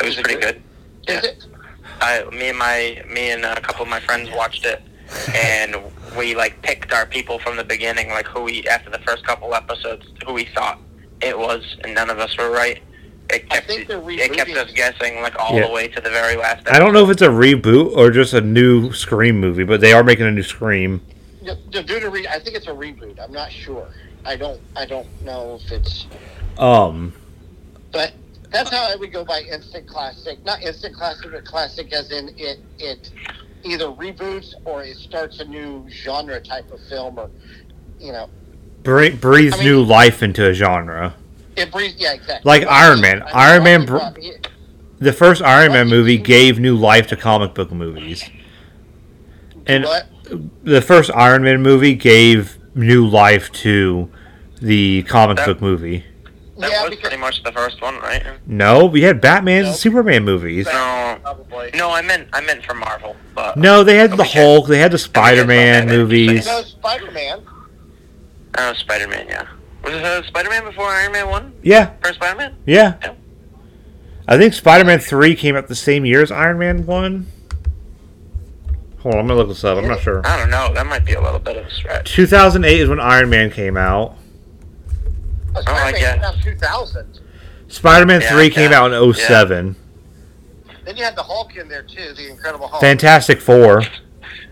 Speaker 2: It was pretty good.
Speaker 1: is it?
Speaker 2: I, me and my, me and a couple of my friends watched it, and we like picked our people from the beginning, like who we after the first couple episodes, who we thought it was, and none of us were right. It
Speaker 1: I
Speaker 2: kept,
Speaker 1: think they're
Speaker 2: it kept us
Speaker 1: rebooting.
Speaker 2: guessing like all
Speaker 3: Yeah.
Speaker 2: the way to the very last.
Speaker 3: I don't know if it's a reboot or just a new Scream movie, but they are making a new Scream.
Speaker 1: The, the dude, re- I think it's a reboot. I'm not sure. I don't. I don't know if it's.
Speaker 3: Um,
Speaker 1: But that's how I would go by instant classic. Not instant classic, but classic as in it it either reboots or it starts a new genre type of film or you know
Speaker 3: bre- breathes
Speaker 1: I mean-
Speaker 3: new life into a genre.
Speaker 1: It breathes, yeah, exactly.
Speaker 3: Like Iron Man. Iron Man br-
Speaker 1: brought me-
Speaker 3: The first Iron Man movie gave new life to comic book movies, and
Speaker 1: but
Speaker 3: the first Iron Man movie gave new life to the comic book movie.
Speaker 2: That
Speaker 1: yeah,
Speaker 2: was
Speaker 1: because
Speaker 2: pretty much the first one, right?
Speaker 3: No, we had Batman's
Speaker 1: No.
Speaker 3: and Superman movies.
Speaker 2: No,
Speaker 1: probably
Speaker 2: no, I meant I meant for Marvel, but
Speaker 3: No, they
Speaker 1: Oh,
Speaker 3: had the
Speaker 2: Okay.
Speaker 3: Hulk, they had the Spider Man
Speaker 2: Batman.
Speaker 3: movies.
Speaker 1: no Spider Man.
Speaker 2: oh, Spider Man, yeah. Was it uh, Spider Man before Iron Man one?
Speaker 3: Yeah,
Speaker 2: First Spider Man?
Speaker 3: yeah.
Speaker 2: Yeah.
Speaker 3: I think Spider Man 3 came out the same year as Iron Man 1. Hold on, I'm going to look this up. I'm not sure.
Speaker 2: I don't know. That might be a little bit of a stretch.
Speaker 3: 2008 is when Iron Man came out.
Speaker 1: Oh, Spider Man
Speaker 2: yeah.
Speaker 1: came out in 2000.
Speaker 3: Spider Man
Speaker 2: Yeah,
Speaker 3: 3
Speaker 2: okay.
Speaker 3: came out in 07.
Speaker 1: Then you had the Hulk in there too, the Incredible Hulk.
Speaker 3: Fantastic Four.
Speaker 2: And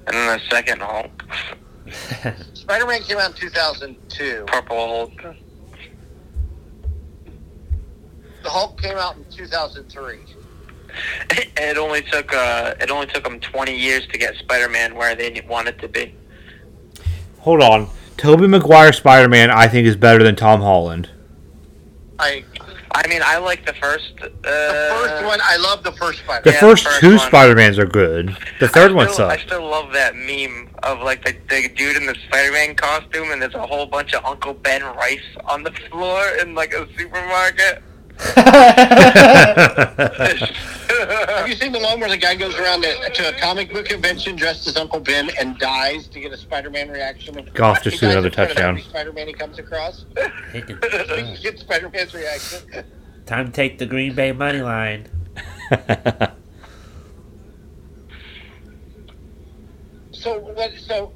Speaker 2: then the second Hulk,
Speaker 1: Spider Man came out in 2002.
Speaker 2: Purple Hulk. <laughs>
Speaker 1: The Hulk came out in 2003.
Speaker 2: it only took uh, it only took them 20 years to get Spider-Man where they wanted to be.
Speaker 3: Hold on. Tobey Maguire Spider Man, I think, is better than Tom Holland.
Speaker 1: I
Speaker 2: I mean, I like the first. Uh,
Speaker 1: the first one, I love the first Spider.
Speaker 3: The
Speaker 1: man
Speaker 2: Yeah,
Speaker 3: first
Speaker 2: the first
Speaker 3: two
Speaker 2: one.
Speaker 3: Spider Mans are good. The
Speaker 2: I
Speaker 3: third
Speaker 2: still,
Speaker 3: one sucks.
Speaker 2: I still love that meme of like the, the dude in the Spider-Man costume, and there's a whole bunch of Uncle Ben rice on the floor in like a supermarket. <laughs>
Speaker 1: Have you seen the one where the guy goes around to, to a comic book convention dressed as Uncle Ben and dies to get a Spider Man reaction?
Speaker 3: Goff just
Speaker 1: He
Speaker 3: threw
Speaker 1: dies
Speaker 3: another
Speaker 1: in front of
Speaker 3: touchdown.
Speaker 1: every Spider Man he comes across.
Speaker 5: He can-
Speaker 1: Spider Man's reaction.
Speaker 5: Time to take the Green Bay
Speaker 3: <laughs>
Speaker 5: money line. <laughs>
Speaker 2: <laughs>
Speaker 1: So what? So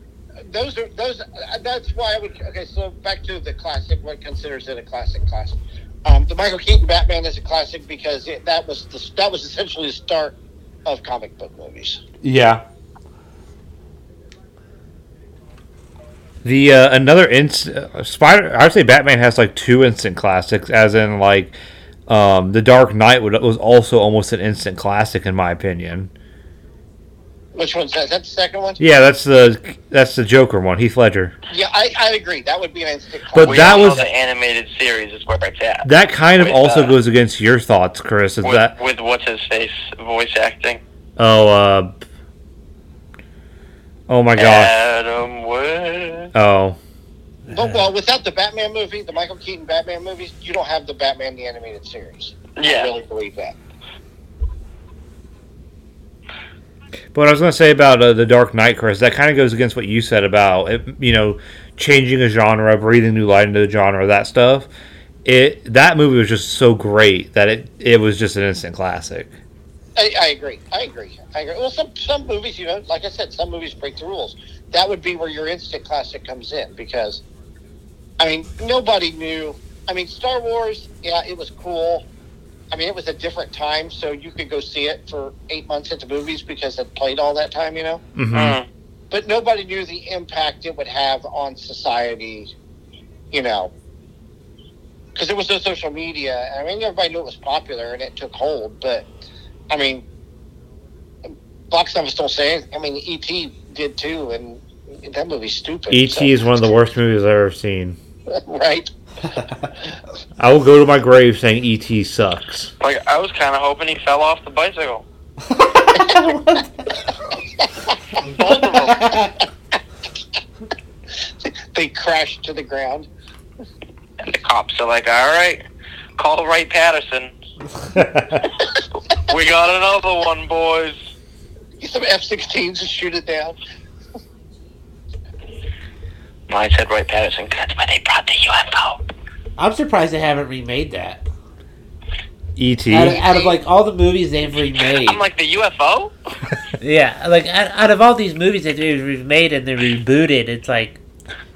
Speaker 1: those are those. uh, That's why I would. Okay, so back to the classic. What considers it a classic? Classic. Um, the Michael Keaton Batman is a classic because it, that was the that was essentially the start of comic book movies.
Speaker 3: Yeah. The uh, another instant uh, Spider. I'd say Batman has like two instant classics, as in like um, the Dark Knight would, was also almost an instant classic in my opinion.
Speaker 1: Which one's that? Is that the second one?
Speaker 3: Yeah, that's the that's the Joker one, Heath Ledger.
Speaker 1: Yeah, I, I agree. That would be an instant.
Speaker 3: But
Speaker 1: classic.
Speaker 3: that
Speaker 2: all know
Speaker 3: was-
Speaker 2: the animated series is where it's at.
Speaker 3: That kind of
Speaker 2: Wait,
Speaker 3: also
Speaker 2: uh,
Speaker 3: goes against your thoughts, Chris. Is
Speaker 2: With,
Speaker 3: that
Speaker 2: with what's his face voice acting?
Speaker 3: oh uh, oh my gosh
Speaker 2: Adam West.
Speaker 3: oh
Speaker 1: But well, without the Batman movie, the Michael Keaton Batman movies, you don't have the Batman the animated series. I
Speaker 2: Yeah,
Speaker 1: really believe that.
Speaker 3: But what I was going to say about uh, the Dark Knight, Chris, that kind of goes against what you said about it, you know changing a genre, breathing new light into the genre, that stuff. It that movie was just so great that it it was just an instant classic.
Speaker 1: I, I agree. I agree. I agree. Well, some some movies, you know, like I said, some movies break the rules. That would be where your instant classic comes in because, I mean, nobody knew. I mean, Star Wars, yeah, it was cool. I mean, it was a different time, so you could go see it for eight months at the movies because it played all that time, you know.
Speaker 3: hmm
Speaker 1: Uh,
Speaker 2: Mm.
Speaker 1: But nobody knew the impact it would have on society, you know, because there was no social media. I mean, everybody knew it was popular and it took hold, but I mean, box office don't say. anything. I mean, E.T. did too, and that movie's stupid.
Speaker 3: E.T.
Speaker 1: so-
Speaker 3: E is one of the worst movies I've ever seen.
Speaker 1: <laughs> right.
Speaker 3: I will go to my grave saying E.T.
Speaker 2: <laughs>
Speaker 3: sucks.
Speaker 2: like I was kind of hoping he fell off the bicycle. Both of them.
Speaker 1: They crashed to the ground. <laughs>
Speaker 2: And the cops are like, "All right, call Wright <laughs> Patterson. We got another one, boys."
Speaker 1: Some F-16s to shoot it down.
Speaker 2: I said Wright Patterson. 'cause That's where they brought the UFO.
Speaker 5: I'm surprised they haven't remade that.
Speaker 3: E
Speaker 5: Out of,
Speaker 3: E.T.
Speaker 5: out of like all the movies they've remade,
Speaker 2: I'm like the UFO.
Speaker 5: yeah, like out, out of all these movies that they've remade and they rebooted, it's like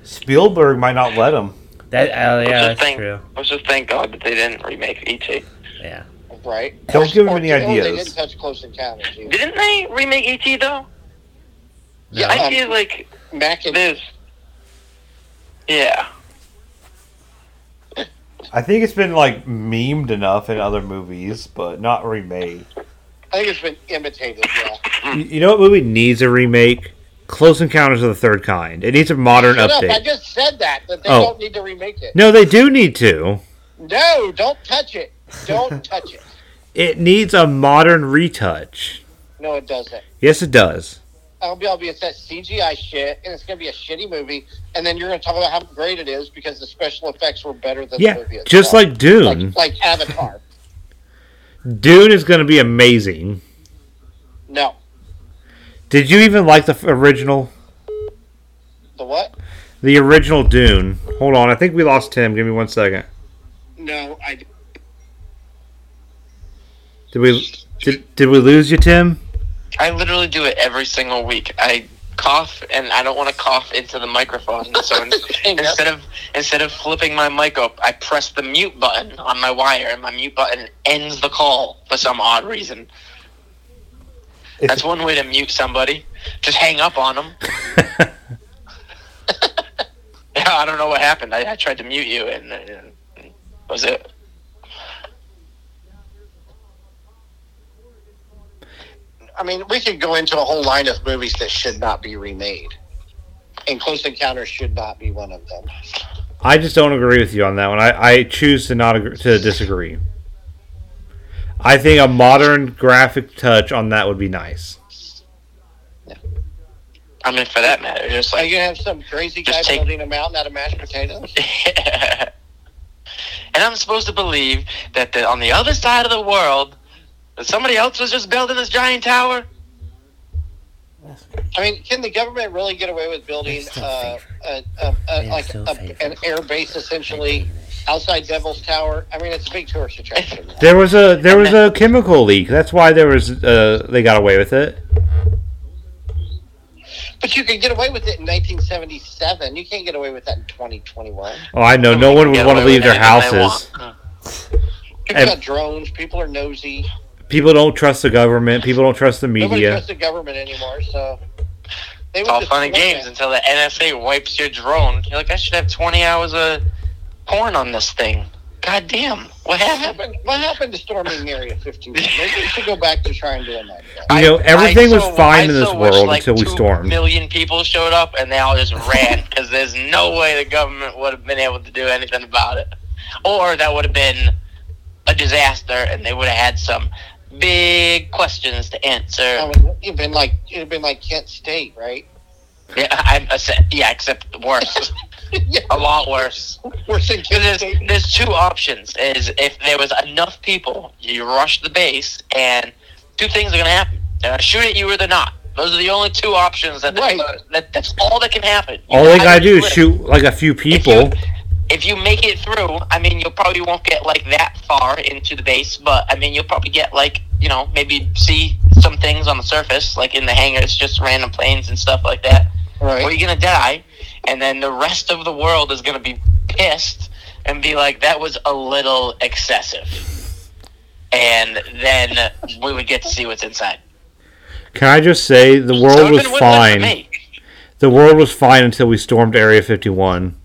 Speaker 3: Spielberg might not let him.
Speaker 5: that. Oh yeah,
Speaker 2: just
Speaker 5: that's
Speaker 2: think-
Speaker 5: true.
Speaker 2: Let's just thank God that they didn't remake E ET.
Speaker 5: Yeah,
Speaker 1: Right.
Speaker 3: Don't
Speaker 1: Or-
Speaker 3: give him
Speaker 1: or-
Speaker 3: any
Speaker 1: oh, They
Speaker 3: ideas.
Speaker 1: didn't touch Close Encounters. either.
Speaker 2: Didn't they remake ET though?
Speaker 1: Yeah,
Speaker 2: I
Speaker 1: um,
Speaker 2: feel like
Speaker 1: Mac and
Speaker 2: there's. Yeah.
Speaker 3: I think it's been like memed enough in other movies, but not remade.
Speaker 1: I think it's been imitated. Yeah.
Speaker 3: You- You know what movie needs a remake? Close Encounters of the Third Kind. It needs a modern
Speaker 1: Shut
Speaker 3: update.
Speaker 1: up! I just said that that they
Speaker 3: Oh.
Speaker 1: don't need to remake it.
Speaker 3: no, they do need to.
Speaker 1: No, don't touch it.
Speaker 3: <laughs>
Speaker 1: Don't touch it.
Speaker 3: It needs a modern retouch.
Speaker 1: No, it doesn't.
Speaker 3: Yes, it does.
Speaker 1: I'll be, I'll be, it's that CGI shit, and it's going to be a shitty movie, and then you're going to talk about how great it is because the special effects were better than the
Speaker 3: Yeah,
Speaker 1: movie.
Speaker 3: just
Speaker 1: itself.
Speaker 3: like Dune.
Speaker 1: like, like
Speaker 3: <laughs>
Speaker 1: Avatar.
Speaker 3: Dune is going to be amazing.
Speaker 1: No,
Speaker 3: Did you even like the f- original?
Speaker 1: the what?
Speaker 3: The original Dune. Hold on, I think we lost Tim. Give me one second.
Speaker 1: No, I.
Speaker 3: Did we? Did, did we lose you, Tim? <laughs>
Speaker 2: I literally do it every single week. I cough and I don't want to cough into the microphone. So in-
Speaker 1: Hang up.
Speaker 2: instead of instead of flipping my mic up, I press the mute button on my wire, and my mute button ends the call for some odd reason. That's one way to mute somebody. Just hang up on them. yeah, <laughs> I don't know what happened. I, I tried to mute you, and, and that was it.
Speaker 1: I mean, we could go into a whole line of movies that should not be remade, and Close Encounters should not be one of them.
Speaker 3: I just don't agree with you on that one. I, I choose to not agree, to disagree. I think a modern graphic touch on that would be nice.
Speaker 2: I mean, for that matter, just
Speaker 1: Are
Speaker 2: like
Speaker 1: you going to have some crazy
Speaker 2: Just
Speaker 1: guy
Speaker 2: take-
Speaker 1: building a mountain out of mashed potatoes?
Speaker 2: and I'm supposed to believe that the, on the other side of the world, that somebody else was just building this giant tower.
Speaker 1: I mean, can the government really get away with building
Speaker 5: They're still
Speaker 1: uh,
Speaker 5: favored.
Speaker 1: a, a, a,
Speaker 5: They are
Speaker 1: like
Speaker 5: still
Speaker 1: a,
Speaker 5: favored.
Speaker 1: an air base essentially outside Devil's Tower. I mean, it's a big tourist
Speaker 2: <laughs>
Speaker 1: attraction.
Speaker 3: There was a there was a chemical leak. That's why there was uh they got away with it.
Speaker 1: But you can get away with it in 1977. You can't get away with that in 2021.
Speaker 3: Oh, I know. No one would
Speaker 2: Get
Speaker 3: want to
Speaker 2: away
Speaker 3: leave
Speaker 2: with
Speaker 3: their
Speaker 2: anything they
Speaker 3: houses.
Speaker 2: want.
Speaker 1: People
Speaker 3: And-
Speaker 1: got drones. People are nosy.
Speaker 3: People don't trust the government. People don't trust the
Speaker 1: Nobody
Speaker 3: media.
Speaker 1: trusts the government anymore, so. They
Speaker 2: It's all fun and games until the NSA wipes your drone. You're like, I should have 20 hours of porn on this thing. God damn, what
Speaker 1: What
Speaker 2: happened?
Speaker 1: happened, what happened to storming Area 51? Maybe we should go back to trying doing that. again.
Speaker 3: You know,
Speaker 2: I-
Speaker 3: everything
Speaker 2: I
Speaker 3: was
Speaker 2: so-
Speaker 3: fine
Speaker 2: I
Speaker 3: in this
Speaker 2: so wish,
Speaker 3: world
Speaker 2: like,
Speaker 3: until we
Speaker 2: two
Speaker 3: stormed.
Speaker 2: Million people showed up, and they all just ran because there's no way the government would have been able to do anything about it, or that would have been a disaster, and they would have had some big questions to
Speaker 1: I
Speaker 2: answer.
Speaker 1: mean, it'd been like it'd been like Kent State, right? <laughs>
Speaker 2: Yeah, I, I said- yeah except worse,
Speaker 1: yeah,
Speaker 2: a lot worse.
Speaker 1: worse than Kent
Speaker 2: There's,
Speaker 1: State.
Speaker 2: there's two options: is if there was enough people, you rush the base, and two things are going to happen: they're gonna shoot at you or they're not. Those are the only two options that,
Speaker 1: Right.
Speaker 2: that that's all that can happen.
Speaker 3: All they gotta
Speaker 2: Either
Speaker 3: do
Speaker 2: you
Speaker 3: is
Speaker 2: live.
Speaker 3: shoot like a few
Speaker 2: If you-
Speaker 3: people.
Speaker 2: If you make it through, I mean, you probably won't get like that far into the base, but I mean, you'll probably get like you know maybe see some things on the surface, like in the hangars, just random planes and stuff like that or
Speaker 1: Right.
Speaker 2: you're gonna die, and then the rest of the world is gonna be pissed and be like, "That was a little excessive," and then we would get to see what's inside.
Speaker 3: Can I just say the
Speaker 2: So
Speaker 3: world
Speaker 2: it'd
Speaker 3: was
Speaker 2: been win-win for
Speaker 3: fine.
Speaker 2: me.
Speaker 3: The world was fine until we stormed Area 51.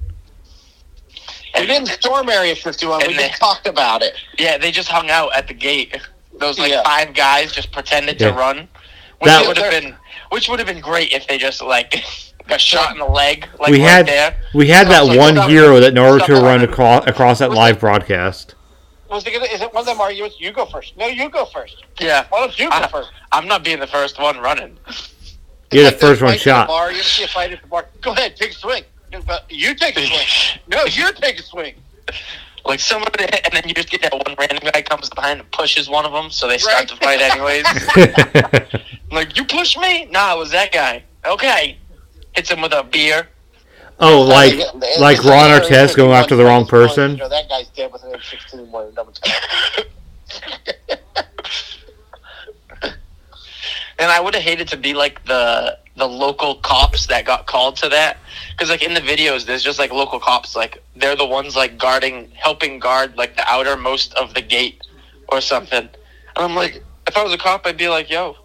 Speaker 1: We didn't storm Area 51. We
Speaker 2: And
Speaker 1: just
Speaker 2: they-
Speaker 1: talked about it.
Speaker 2: Yeah, they just hung out at the gate. Those like
Speaker 1: Yeah.
Speaker 2: five guys just pretended
Speaker 3: Yeah.
Speaker 2: to run, which
Speaker 3: That-
Speaker 2: would have been which would have been great if they just like <laughs> got shot in the leg, like
Speaker 3: We
Speaker 2: right
Speaker 3: had-
Speaker 2: there.
Speaker 3: We had
Speaker 2: Sounds
Speaker 3: that
Speaker 2: like
Speaker 3: one
Speaker 2: something-
Speaker 3: hero that Naruto
Speaker 2: something-
Speaker 3: run across, across that live broadcast.
Speaker 1: Was it gonna, is it one of them arguments? You go first. No, you go first.
Speaker 2: Yeah,
Speaker 1: Why don't you go
Speaker 2: I-
Speaker 1: first?
Speaker 2: I'm not being the first one running.
Speaker 3: You're the
Speaker 1: Like
Speaker 3: first one
Speaker 1: fight at the
Speaker 3: shot.
Speaker 1: Bar, you ever see a fight at the bar? Go ahead, take a swing. But You take a swing. No, you take a swing.
Speaker 2: Like someone, and then you just get that one random guy comes behind and pushes one of them, so they
Speaker 1: Right.
Speaker 2: start to fight anyways. <laughs>
Speaker 3: oh,
Speaker 2: like you push me? Nah, it was that guy. Okay, hits him with a beer.
Speaker 3: Oh, like
Speaker 1: It's
Speaker 3: like Ron
Speaker 1: another
Speaker 3: Artest going after the wrong
Speaker 1: 51
Speaker 3: person.
Speaker 1: You know, that guy's dead with an M16 more than double tap.
Speaker 2: And I would have hated to be like the the local cops that got called to that, because like in the videos, there's just like local cops, like they're the ones like guarding, helping guard like the outermost of the gate or something. And I'm like, if I was a cop, I'd be like, yo.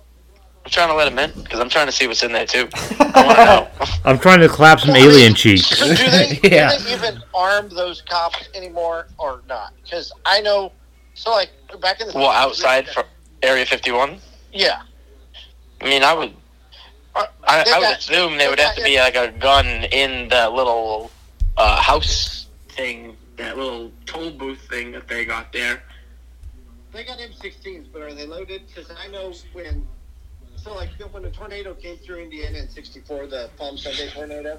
Speaker 2: I'm trying to let him in because I'm trying to see what's in there too. I want to know.
Speaker 3: I'm trying to clap some alien cheeks.
Speaker 1: But do they,
Speaker 5: Yeah.
Speaker 1: do they even arm those cops anymore or not? Because I know, so like back in the
Speaker 2: Well, outside for Area 51?
Speaker 1: yeah,
Speaker 2: I mean, I would. I, I would assume there would have to be like a gun in that little uh, house thing, that little toll booth thing that they got <laughs> there.
Speaker 1: they got M16s, but are they loaded? Because I know when, so like when the tornado came through Indiana in '64, the Palm Sunday tornado,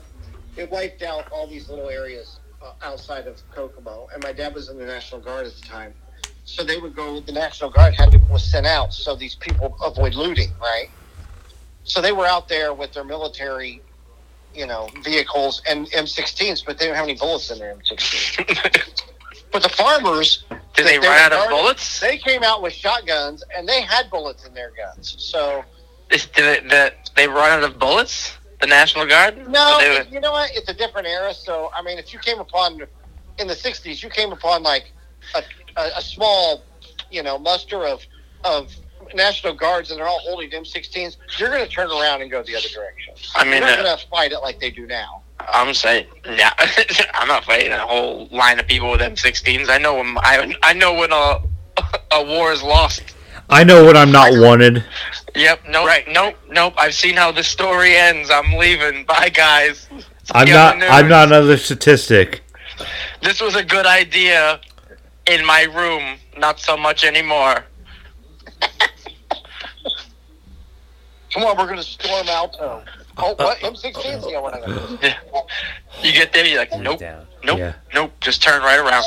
Speaker 1: it wiped out all these little areas uh, outside of Kokomo, and my dad was in the National Guard at the time. So they would go. The National Guard had to was sent out, so these people avoid looting, right? So they were out there with their military, you know, vehicles and M16s, but they didn't have any bullets in their M16s. but the farmers,
Speaker 2: Did they run out of bullets?
Speaker 1: they came out with shotguns and they had bullets in their guns. So
Speaker 2: Is- Did they, the, they run out of bullets? The National Guard?
Speaker 1: no,
Speaker 2: Or they were-
Speaker 1: you know what? It's a different era. So I mean, if you came upon in the '60s, you came upon like a, a, a small, you know, muster of of National Guards, and they're all holding M16s. You're going to turn around and go the other direction.
Speaker 2: I mean,
Speaker 1: You're not
Speaker 2: uh,
Speaker 1: going to fight it like they do now.
Speaker 2: I'm saying, nah, <laughs> I'm not fighting a whole line of people with M16s. I know when I, I know when a, <laughs> a war is lost.
Speaker 3: I know what I'm not wanted.
Speaker 2: Yep. No. Right. Nope. Nope. I've seen how the story ends. I'm leaving. <laughs> Bye, guys.
Speaker 3: I'm
Speaker 2: Yeah,
Speaker 3: not.
Speaker 2: no.
Speaker 3: I'm not another statistic.
Speaker 2: This was a good idea in my room. Not so much anymore.
Speaker 1: Come on, we're going to storm Alto. Oh, what M16s? Yeah, what I got.
Speaker 2: You get there, you're like, nope,
Speaker 5: Down.
Speaker 2: nope,
Speaker 3: Yeah.
Speaker 2: nope. Just turn right around.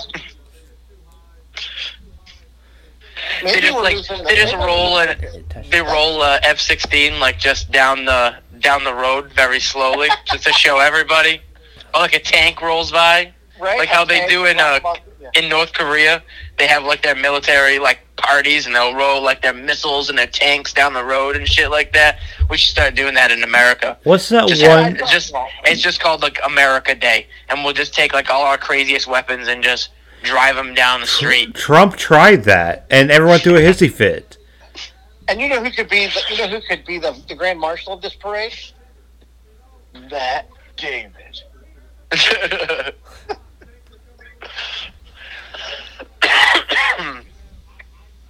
Speaker 2: They
Speaker 1: Maybe
Speaker 2: just
Speaker 1: we're
Speaker 2: like
Speaker 1: losing the-
Speaker 2: they just roll and <laughs>
Speaker 5: It touched-
Speaker 2: they roll uh, F-16 like just down the down the road very slowly just to show everybody. Oh, like a tank rolls by.
Speaker 1: right?
Speaker 2: Like how they
Speaker 1: Okay.
Speaker 2: do in, uh,
Speaker 1: Yeah.
Speaker 2: in North Korea, they have like their military like parties and they'll roll like their missiles and their tanks down the road and shit like that. We should start doing that in America.
Speaker 3: What's that
Speaker 2: Just
Speaker 3: one?
Speaker 2: have- just it's just called like America Day, and we'll just take like all our craziest weapons and just drive them down the
Speaker 3: <laughs>
Speaker 2: street.
Speaker 3: Trump tried that, and everyone threw a hissy fit.
Speaker 1: And you know who could be the, you know who could be the, the grand marshal of this parade? Matt David.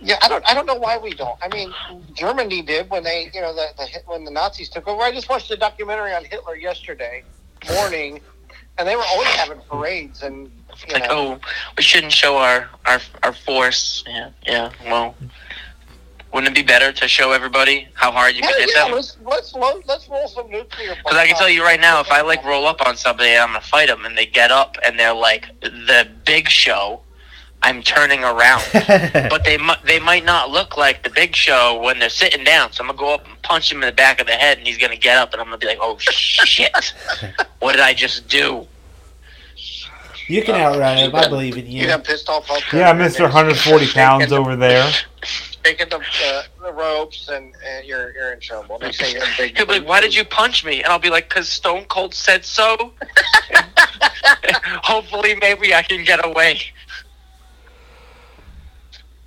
Speaker 1: Yeah, I don't I don't know why we don't. I mean, Germany did when they you know the, the Hit- when the Nazis took over. I just watched the documentary on Hitler yesterday morning, and they were always having parades and you
Speaker 2: like,
Speaker 1: know.
Speaker 2: oh, we shouldn't show our, our our force. Yeah, yeah. Well, wouldn't it be better to show everybody how hard you
Speaker 1: Yeah,
Speaker 2: could hit
Speaker 1: yeah,
Speaker 2: them?
Speaker 1: let's let's roll, let's roll some nuclear.
Speaker 2: Because I can tell you right now, if I like roll up on somebody, I'm gonna fight them, and they get up and they're like the Big Show. I'm turning around,
Speaker 5: <laughs>
Speaker 2: but they mu- they might not look like the Big Show when they're sitting down. So I'm gonna go up and punch him in the back of the head, and he's gonna get up, and I'm gonna be like, "Oh shit, what did I just do?"
Speaker 5: you
Speaker 2: uh,
Speaker 5: can outrun him. I believe in
Speaker 1: you
Speaker 5: you.
Speaker 1: got pissed off. all
Speaker 3: Yeah,
Speaker 1: kinds
Speaker 3: Mister,
Speaker 1: of things.
Speaker 3: 140 pounds over there.
Speaker 1: Taking the, uh, the ropes and, and you're you're in trouble. They say you're a big.
Speaker 2: <laughs> He'll be like, "Why did you punch me?" And I'll be like, "Cause Stone Cold said so." <laughs> Hopefully, maybe I can get away.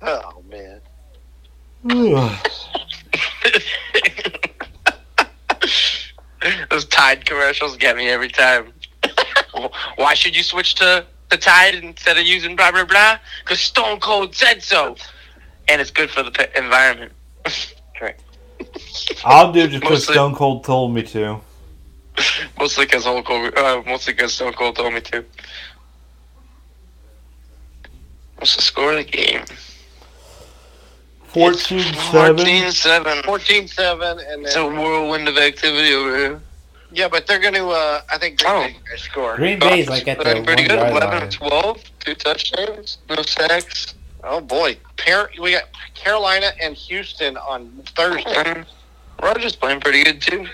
Speaker 1: Oh man.
Speaker 2: <laughs> Those Tide commercials get me every time. <laughs> Why should you switch to the Tide instead of using blah blah blah? Because Stone Cold said so, and it's good for the pe- environment.
Speaker 3: <sighs>
Speaker 2: <laughs>
Speaker 3: I'll do just
Speaker 2: 'cause Mostly- Stone
Speaker 3: Cold told me to.
Speaker 2: Mostly because Hulk, Hogan- uh, mostly because Stone Cold told me to. What's the score of the game? 14 7.
Speaker 1: 14-7 and then,
Speaker 2: It's a whirlwind of activity over here.
Speaker 1: yeah, but they're going to. Uh, I think
Speaker 2: Oh.
Speaker 1: they're going to score.
Speaker 5: Green Bay's like at the
Speaker 2: Been Uh, pretty
Speaker 5: one
Speaker 2: Oh, good.
Speaker 5: yard
Speaker 2: 11 <laughs>
Speaker 5: line.
Speaker 2: of 12, two touchdowns, no sacks.
Speaker 1: Oh boy, Par- we got Carolina and Houston on Thursday.
Speaker 2: Um, Rogers playing pretty good too.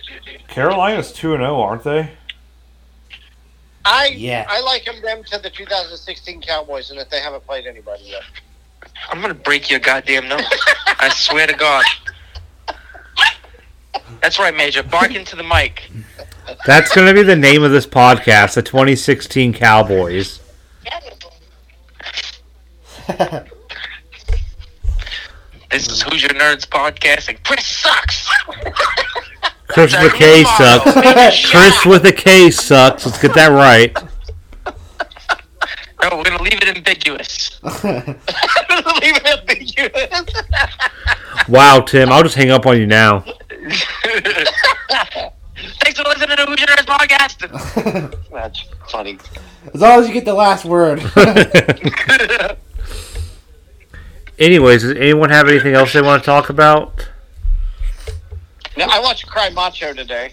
Speaker 3: Carolina's two and zero, aren't they?
Speaker 1: I
Speaker 5: Yeah.
Speaker 1: I liken them to the 2016 Cowboys, and that they haven't played anybody yet.
Speaker 2: I'm gonna break your goddamn <laughs> nose. I swear to God. That's right, Major. Bark into the mic.
Speaker 3: That's gonna be the name of this podcast: the 2016 Cowboys.
Speaker 2: This is Who's Your Nerds podcasting. Chris sucks.
Speaker 3: Chris with a K sucks. Chris with a K sucks. Let's get that right.
Speaker 2: No, we're gonna leave it
Speaker 5: <laughs>
Speaker 2: ambiguous.
Speaker 1: Leave it ambiguous.
Speaker 3: Wow, Tim, I'll just hang up on you now. <laughs>
Speaker 2: Thanks for listening to Who's Your Nerds
Speaker 5: <laughs>
Speaker 2: podcasting. <laughs>
Speaker 1: That's funny.
Speaker 5: as long as you get the last word.
Speaker 3: Anyways, does anyone have anything else they want to talk about?
Speaker 1: Now, I watched Cry Macho today.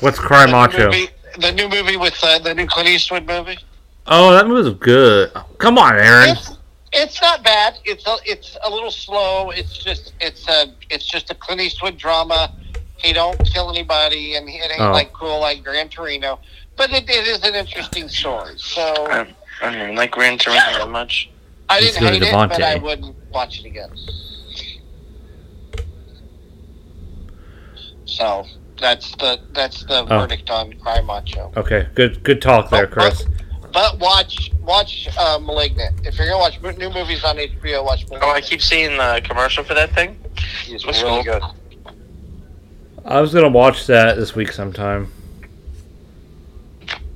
Speaker 3: What's Cry
Speaker 1: The,
Speaker 3: Macho?
Speaker 1: movie, the new movie with uh, the new Clint Eastwood movie.
Speaker 3: Oh, that movie's good. Come on, Aaron.
Speaker 1: It's, it's not bad. It's a, it's a little slow. It's just it's a it's just a Clint Eastwood drama. He don't kill anybody, and it ain't
Speaker 3: Oh.
Speaker 1: like cool like Gran Torino. But it, it is an interesting story. So
Speaker 2: I don't even like Gran Torino that much.
Speaker 1: I
Speaker 3: Let's
Speaker 1: didn't
Speaker 3: go to
Speaker 1: hate it, but
Speaker 3: Devante.
Speaker 1: I wouldn't watch it again. So that's the that's the
Speaker 3: Oh.
Speaker 1: verdict on Cry Macho.
Speaker 3: Okay, good good talk
Speaker 1: Oh,
Speaker 3: there, Chris.
Speaker 1: But watch watch uh, Malignant. If you're gonna watch mo- new movies on HBO, watch Malignant.
Speaker 2: Oh, I keep seeing the commercial for that thing.
Speaker 1: It's
Speaker 2: what's
Speaker 1: really good.
Speaker 2: called-
Speaker 3: I was gonna watch that this week sometime.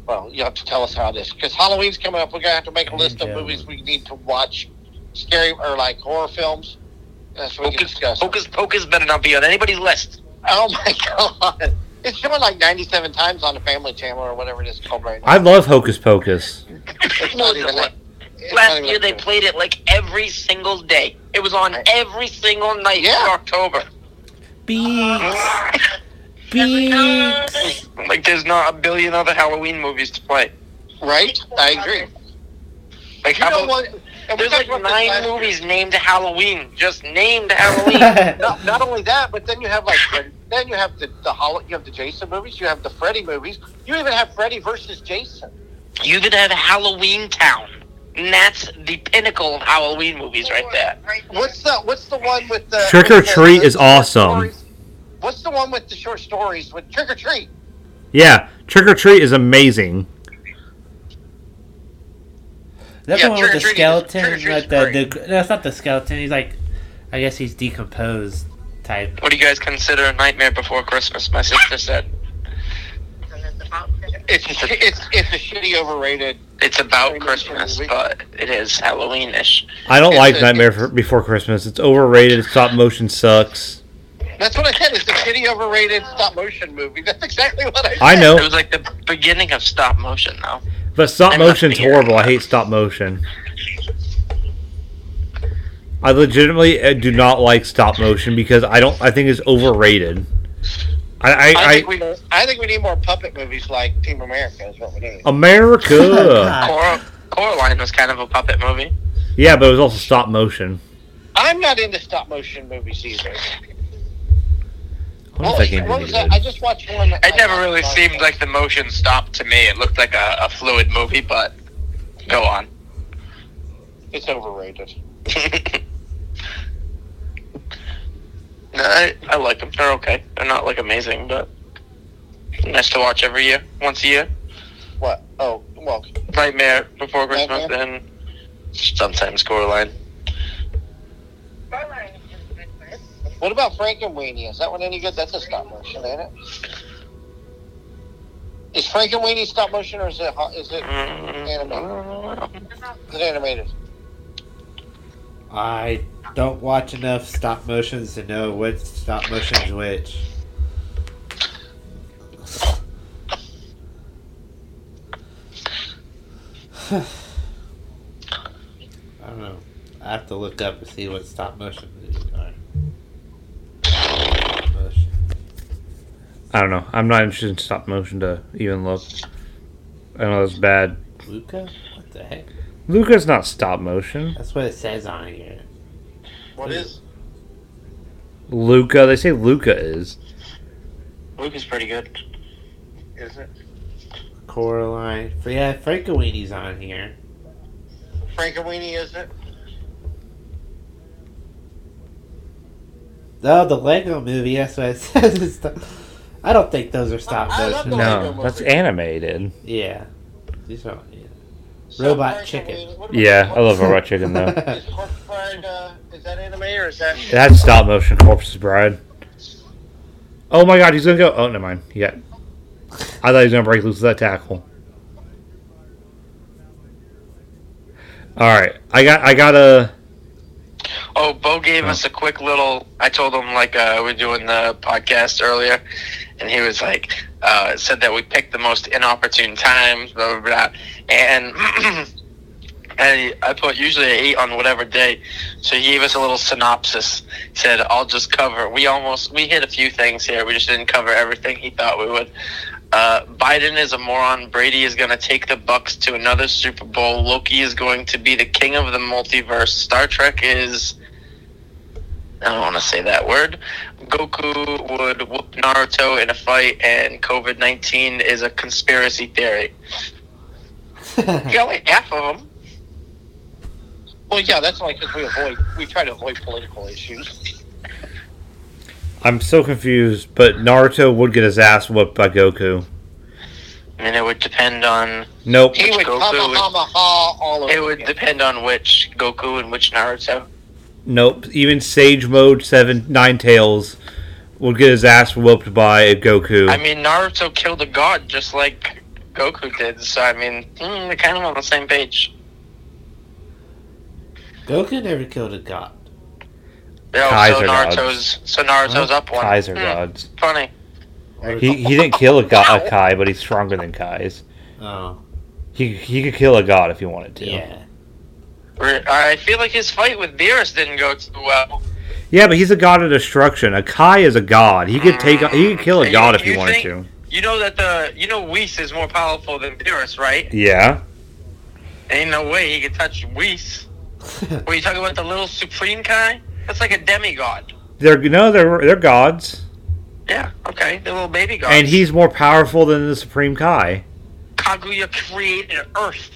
Speaker 1: Well, you have to tell us how it is because Halloween's coming up. We're gonna have to make a list of
Speaker 5: Yeah.
Speaker 1: movies we need to watch, scary or like horror films. That's what we can
Speaker 2: Hocus,
Speaker 1: discuss.
Speaker 2: Hocus Pocus better not be on anybody's list.
Speaker 1: <laughs> Oh my god, it's showing like ninety-seven times on the Family Channel or whatever it is called right now.
Speaker 3: I love Hocus Pocus.
Speaker 1: it's not even like. it's not
Speaker 2: Last
Speaker 1: even
Speaker 2: year
Speaker 1: like
Speaker 2: they
Speaker 1: good.
Speaker 2: played it like every single day. It was on every single night
Speaker 1: Yeah.
Speaker 2: in October.
Speaker 5: Beaks. Beaks.
Speaker 2: Like there's not a billion other Halloween movies to play.
Speaker 1: right. I agree.
Speaker 2: Like
Speaker 1: You
Speaker 2: how
Speaker 1: know
Speaker 2: about,
Speaker 1: what? And we
Speaker 2: there's like
Speaker 1: talked about this last
Speaker 2: nine
Speaker 1: year.
Speaker 2: movies named Halloween, just named
Speaker 5: <laughs>
Speaker 2: Halloween.
Speaker 1: Not, not only that, but then you have like Fred- then you have the the Hol- you have the Jason movies, you have the Freddy movies, you even have Freddy versus Jason.
Speaker 2: You even have Halloween Town. And that's the pinnacle of Halloween movies right there.
Speaker 1: What's the What's the one with the
Speaker 3: Trick or
Speaker 1: with the-
Speaker 3: Treat
Speaker 1: the
Speaker 3: is
Speaker 1: short
Speaker 3: awesome.
Speaker 1: stories? What's the one with the short stories with Trick or Treat?
Speaker 3: Yeah, Trick or Treat is amazing.
Speaker 6: That's
Speaker 2: Yeah,
Speaker 6: the one with the
Speaker 2: trick-or-treating-
Speaker 6: skeleton,
Speaker 2: trick-or-treating
Speaker 6: like
Speaker 2: is
Speaker 6: the, the that's not the skeleton. He's like, I guess he's decomposed type.
Speaker 2: What do you guys consider a Nightmare Before Christmas? My sister said
Speaker 1: It's it's it's a shitty overrated.
Speaker 2: it's about Christmas, but it is Halloweenish.
Speaker 3: I don't
Speaker 1: It's
Speaker 3: like
Speaker 1: a-
Speaker 3: Nightmare for, Before Christmas. It's overrated. Stop motion sucks.
Speaker 1: That's what I said. It's a shitty overrated stop motion movie. <laughs> That's exactly what I. Said.
Speaker 3: I
Speaker 2: It
Speaker 3: know,
Speaker 2: was like the beginning of stop motion, though.
Speaker 3: but stop
Speaker 2: I'm not
Speaker 3: motion's
Speaker 2: here.
Speaker 3: horrible. I hate stop motion. I legitimately uh, do not like stop motion because I don't. I think it's overrated. I, I,
Speaker 1: I,
Speaker 3: I,
Speaker 1: think we need, I think we need more puppet movies like Team America is what we need.
Speaker 3: America.
Speaker 2: Cor- Coraline was kind of a puppet movie.
Speaker 3: yeah, but it was also stop motion.
Speaker 1: I'm not into stop motion movies either.
Speaker 3: I don't think anybody
Speaker 1: was
Speaker 3: did.
Speaker 1: that? I just watched one. that-
Speaker 2: It never really seemed like the motion stopped to me. It looked like a, a fluid movie, but
Speaker 1: <laughs>
Speaker 2: go on.
Speaker 1: it's overrated.
Speaker 2: No, I, I like them. They're okay. They're not like amazing, but nice to watch every year, once a year.
Speaker 1: What? Oh, well,
Speaker 2: Nightmare Before Christmas,
Speaker 1: Nightmare.
Speaker 2: and sometimes Coraline.
Speaker 1: what about Frankenweenie? Is that one any good? That's a stop motion, ain't it? Is Frankenweenie stop motion or is it ho- is it,
Speaker 2: Mm-hmm. Mm,
Speaker 1: is it animated?
Speaker 6: I don't watch enough stop motions to know which stop motion's which. I don't know. I have to look up and see what stop motion movies are. Stop motion.
Speaker 3: I don't know. I'm not interested in stop motion to even look. I know that's bad.
Speaker 6: Luca? What the heck?
Speaker 3: Luca's not stop motion.
Speaker 6: That's what it says on here.
Speaker 1: What is?
Speaker 3: Luca, they say Luca is.
Speaker 2: Luke is pretty good.
Speaker 1: Is it
Speaker 6: Coraline. But yeah, Frankenweenie's on here.
Speaker 1: Frankenweenie? Is it?
Speaker 6: Oh, the Lego movie. That's what it <laughs> says. It's the- I don't think those are stop
Speaker 1: I- I love
Speaker 6: motion.
Speaker 1: the Lego
Speaker 3: No, that's
Speaker 1: movie.
Speaker 3: animated.
Speaker 6: Yeah. These are. Yeah.
Speaker 1: So
Speaker 6: Robot
Speaker 1: Frankenweenie-
Speaker 6: chicken.
Speaker 1: what about-
Speaker 3: Yeah, I love
Speaker 1: what-
Speaker 3: Robot Chicken though.
Speaker 1: Is Corpse uh, is that animated or is that?
Speaker 3: That's stop motion Corpse's Bride. Oh my god, he's gonna go. Oh, never mind. Yeah. I thought he was gonna break loose with that tackle. All right, I got, I got a.
Speaker 2: Oh, Bo gave us a quick little. I told him like uh, we're doing the podcast earlier, and he was like, uh, said that we picked the most inopportune times, blah blah blah, and <clears throat> I I put usually I eat on whatever day, so he gave us a little synopsis. He said I'll just cover. We almost we hit a few things here. We just didn't cover everything he thought we would. Uh, Biden is a moron. Brady is going to take the Bucks to another Super Bowl. Loki is going to be the king of the multiverse. Star Trek is. I don't want to say that word. Goku would whoop Naruto in a fight, and COVID 19 is a conspiracy theory.
Speaker 3: Hmm.
Speaker 2: You got like half of them.
Speaker 1: Well, yeah, that's only because we avoid we try to avoid political issues.
Speaker 3: I'm so confused, but Naruto would get his ass whooped by Goku.
Speaker 2: I mean, it would depend on.
Speaker 3: Nope.
Speaker 1: He would
Speaker 2: Goku
Speaker 1: hama
Speaker 2: would-
Speaker 1: hama ha all over.
Speaker 2: It would
Speaker 1: again.
Speaker 2: depend on which Goku and which Naruto.
Speaker 3: Nope. Even Sage Mode Seven Nine Tails would get his ass whooped by a Goku.
Speaker 2: I mean, Naruto killed a god just like Goku did, so I mean, mm, they're kind of on the same page.
Speaker 6: <laughs> Goku never killed a god.
Speaker 2: Yeah,
Speaker 3: Kaiser
Speaker 2: so
Speaker 3: gods.
Speaker 2: Naruto's so Naruto's up one.
Speaker 3: Kaiser
Speaker 2: Hmm,
Speaker 3: gods.
Speaker 2: Funny.
Speaker 3: Uh, He he didn't kill a, god, a Kai, but he's stronger than Kai's.
Speaker 6: Oh. <laughs>
Speaker 3: He he could kill a god if he wanted to.
Speaker 6: Yeah.
Speaker 2: Re- I feel like his fight with Beerus didn't go too well.
Speaker 3: Yeah, but he's a god of destruction. A Kai is a god. He could take he could kill a
Speaker 2: Mm. You-
Speaker 3: god if he
Speaker 2: you
Speaker 3: wanted
Speaker 2: think-
Speaker 3: to.
Speaker 2: You know that the you know Whis is more powerful than Beerus, right?
Speaker 3: Yeah.
Speaker 2: Ain't no way he could touch Whis. Were you talking about the little Supreme Kai? That's like a demigod.
Speaker 3: They're no, they're they're gods,
Speaker 2: Yeah, okay, the little baby god.
Speaker 3: and he's more powerful than the Supreme Kai.
Speaker 2: Kaguya created Earth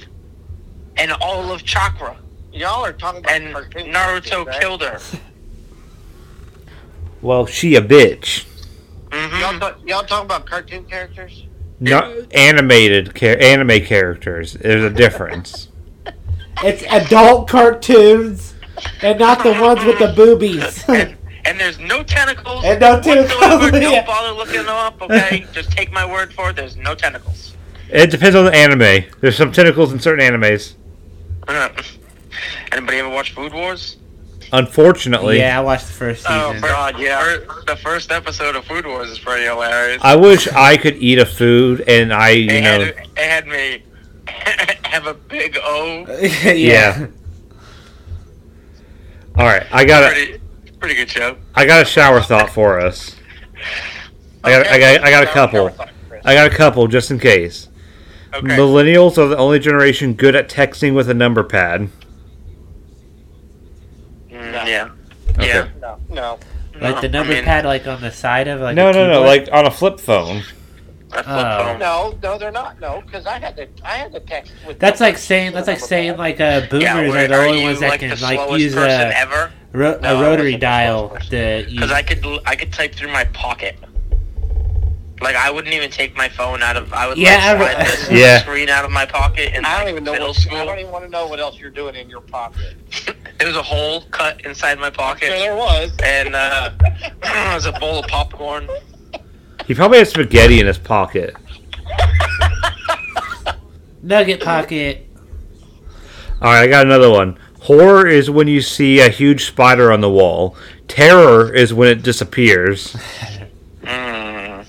Speaker 2: and all of Chakra,
Speaker 1: Y'all are talking about
Speaker 2: and
Speaker 1: cartoon
Speaker 2: Naruto
Speaker 1: characters, right? <laughs>
Speaker 2: killed her.
Speaker 3: Well, she a bitch.
Speaker 1: Y'all,
Speaker 2: hmm
Speaker 1: talk, y'all talking about cartoon characters?
Speaker 3: No, animated char- anime characters. There's a difference.
Speaker 6: It's adult cartoons and not the ones with the boobies. <laughs>
Speaker 2: And there's no tentacles.
Speaker 6: And no
Speaker 2: whatsoever.
Speaker 6: tentacles, <laughs> yeah.
Speaker 2: Don't bother looking them up,
Speaker 6: <laughs>
Speaker 2: okay? Just take my word for it. There's no tentacles. <laughs>
Speaker 3: It depends on the anime. There's some tentacles in certain animes.
Speaker 2: Anybody ever watch Food Wars?
Speaker 3: Unfortunately,
Speaker 5: Yeah, I watched the first
Speaker 2: Oh
Speaker 5: season.
Speaker 2: God, yeah. the first episode of Food Wars is pretty hilarious.
Speaker 3: I wish I could eat a food and I, you
Speaker 2: it,
Speaker 3: know,
Speaker 2: had, it had me <laughs> have a big O.
Speaker 5: <laughs> yeah.
Speaker 3: yeah. All right, I got a,
Speaker 2: Pretty, pretty good show.
Speaker 3: I got a shower thought for us. I got, I got, I got a couple. I got a couple just in case.
Speaker 2: Okay.
Speaker 3: Millennials are the only generation good at texting with a number pad.
Speaker 2: Mm, yeah.
Speaker 3: Okay.
Speaker 2: Yeah.
Speaker 1: No, no.
Speaker 5: Like the
Speaker 2: I
Speaker 5: number
Speaker 2: mean,
Speaker 5: pad, like on the side of like.
Speaker 3: no,
Speaker 5: a
Speaker 3: no, no,
Speaker 5: keyboard?
Speaker 3: like on a flip phone.
Speaker 2: that's
Speaker 5: Oh.
Speaker 2: flip phone.
Speaker 1: No, no, they're not. No, because I had to, I had to text with.
Speaker 5: That's like
Speaker 1: numbers.
Speaker 5: saying that's like saying like uh, boomers
Speaker 2: Yeah,
Speaker 5: are
Speaker 2: where-
Speaker 5: the
Speaker 2: are
Speaker 5: only
Speaker 2: you,
Speaker 5: ones that
Speaker 2: like,
Speaker 5: can
Speaker 2: the
Speaker 5: like
Speaker 2: slowest
Speaker 5: use uh,
Speaker 2: person
Speaker 5: a,
Speaker 2: ever?
Speaker 5: ro-
Speaker 1: No,
Speaker 5: a
Speaker 1: I
Speaker 5: rotary
Speaker 1: wasn't the slowest
Speaker 5: dial
Speaker 1: person.
Speaker 2: <laughs>
Speaker 5: to use.
Speaker 2: Because I could I could type through my pocket. Like I wouldn't even take my phone out of I would
Speaker 5: Yeah, I
Speaker 2: like,
Speaker 5: re- <laughs>
Speaker 2: slide the
Speaker 3: Yeah.
Speaker 2: screen out of my pocket in
Speaker 1: I don't
Speaker 2: like,
Speaker 1: even know.
Speaker 2: middle
Speaker 1: What, I
Speaker 2: school. <laughs>
Speaker 1: don't even want to know what else you're doing in your pocket.
Speaker 2: There was a hole cut inside my
Speaker 1: Sure, <laughs>
Speaker 2: pocket,
Speaker 1: there was. <laughs>
Speaker 2: and uh, <clears throat> there was a bowl of popcorn.
Speaker 3: He probably had spaghetti in his pocket.
Speaker 5: Nugget pocket.
Speaker 3: All right, I got another one. Horror is when you see a huge spider on the wall. Terror is when it disappears.
Speaker 2: Mm.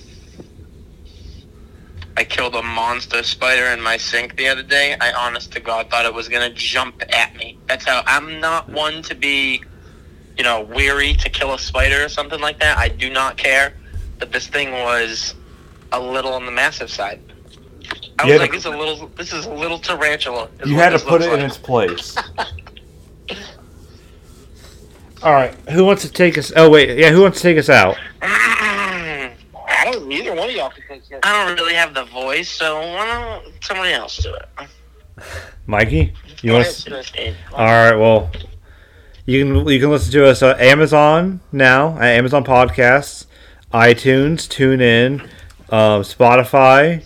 Speaker 2: I killed a monster spider in my sink the other day. I honest to God thought it was gonna jump at me. That's how I'm not one to be, you know, weary to kill a spider or something like that. I do not care. But this thing was a little on the massive side. I
Speaker 3: You
Speaker 2: was
Speaker 3: had
Speaker 2: like,
Speaker 3: to-
Speaker 2: this is a little this is a little tarantula.
Speaker 3: <laughs>
Speaker 2: is
Speaker 3: You
Speaker 2: what
Speaker 3: had to
Speaker 2: this
Speaker 3: put
Speaker 2: looks
Speaker 3: it in
Speaker 2: like.
Speaker 3: its place. <laughs> All right, who wants to take us? Oh wait, yeah, who wants to take us out?
Speaker 1: I don't. Neither one of y'all can take it.
Speaker 2: Mm. I don't really have the voice, so why don't somebody else do it?
Speaker 3: Mikey, you want? To...
Speaker 1: Chris.
Speaker 3: All right, well, you can you can listen to us on Amazon now at Amazon Podcasts, iTunes, TuneIn, um, Spotify,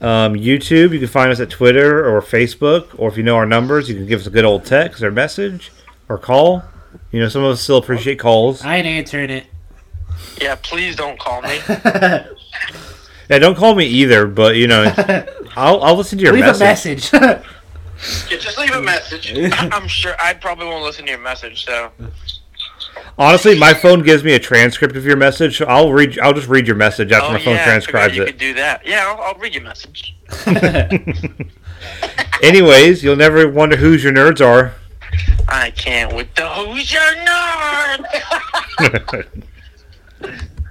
Speaker 3: um, YouTube. You can find us at Twitter or Facebook, or if you know our numbers, you can give us a good old text or message or call. You know, some of us still appreciate calls.
Speaker 5: I ain't answering it.
Speaker 2: Yeah, please don't call me.
Speaker 3: Yeah, don't call me either, but you
Speaker 5: <laughs>
Speaker 3: know, I'll, I'll listen to your
Speaker 5: Leave
Speaker 3: message.
Speaker 5: a message. <laughs>
Speaker 2: Yeah, just leave
Speaker 3: <laughs>
Speaker 2: a message. I'm sure I probably won't listen to your message, so
Speaker 3: Honestly, my phone gives me a transcript of your message, so I'll read. I'll just read your message after
Speaker 2: oh,
Speaker 3: my phone
Speaker 2: yeah, I figured
Speaker 3: transcribes
Speaker 2: you
Speaker 3: it.
Speaker 2: could do that. Yeah, I'll, I'll read your message.
Speaker 3: <laughs> Anyways, you'll never wonder who's your nerds are.
Speaker 2: <laughs>
Speaker 3: <laughs>
Speaker 2: I can't with the who's your nerd.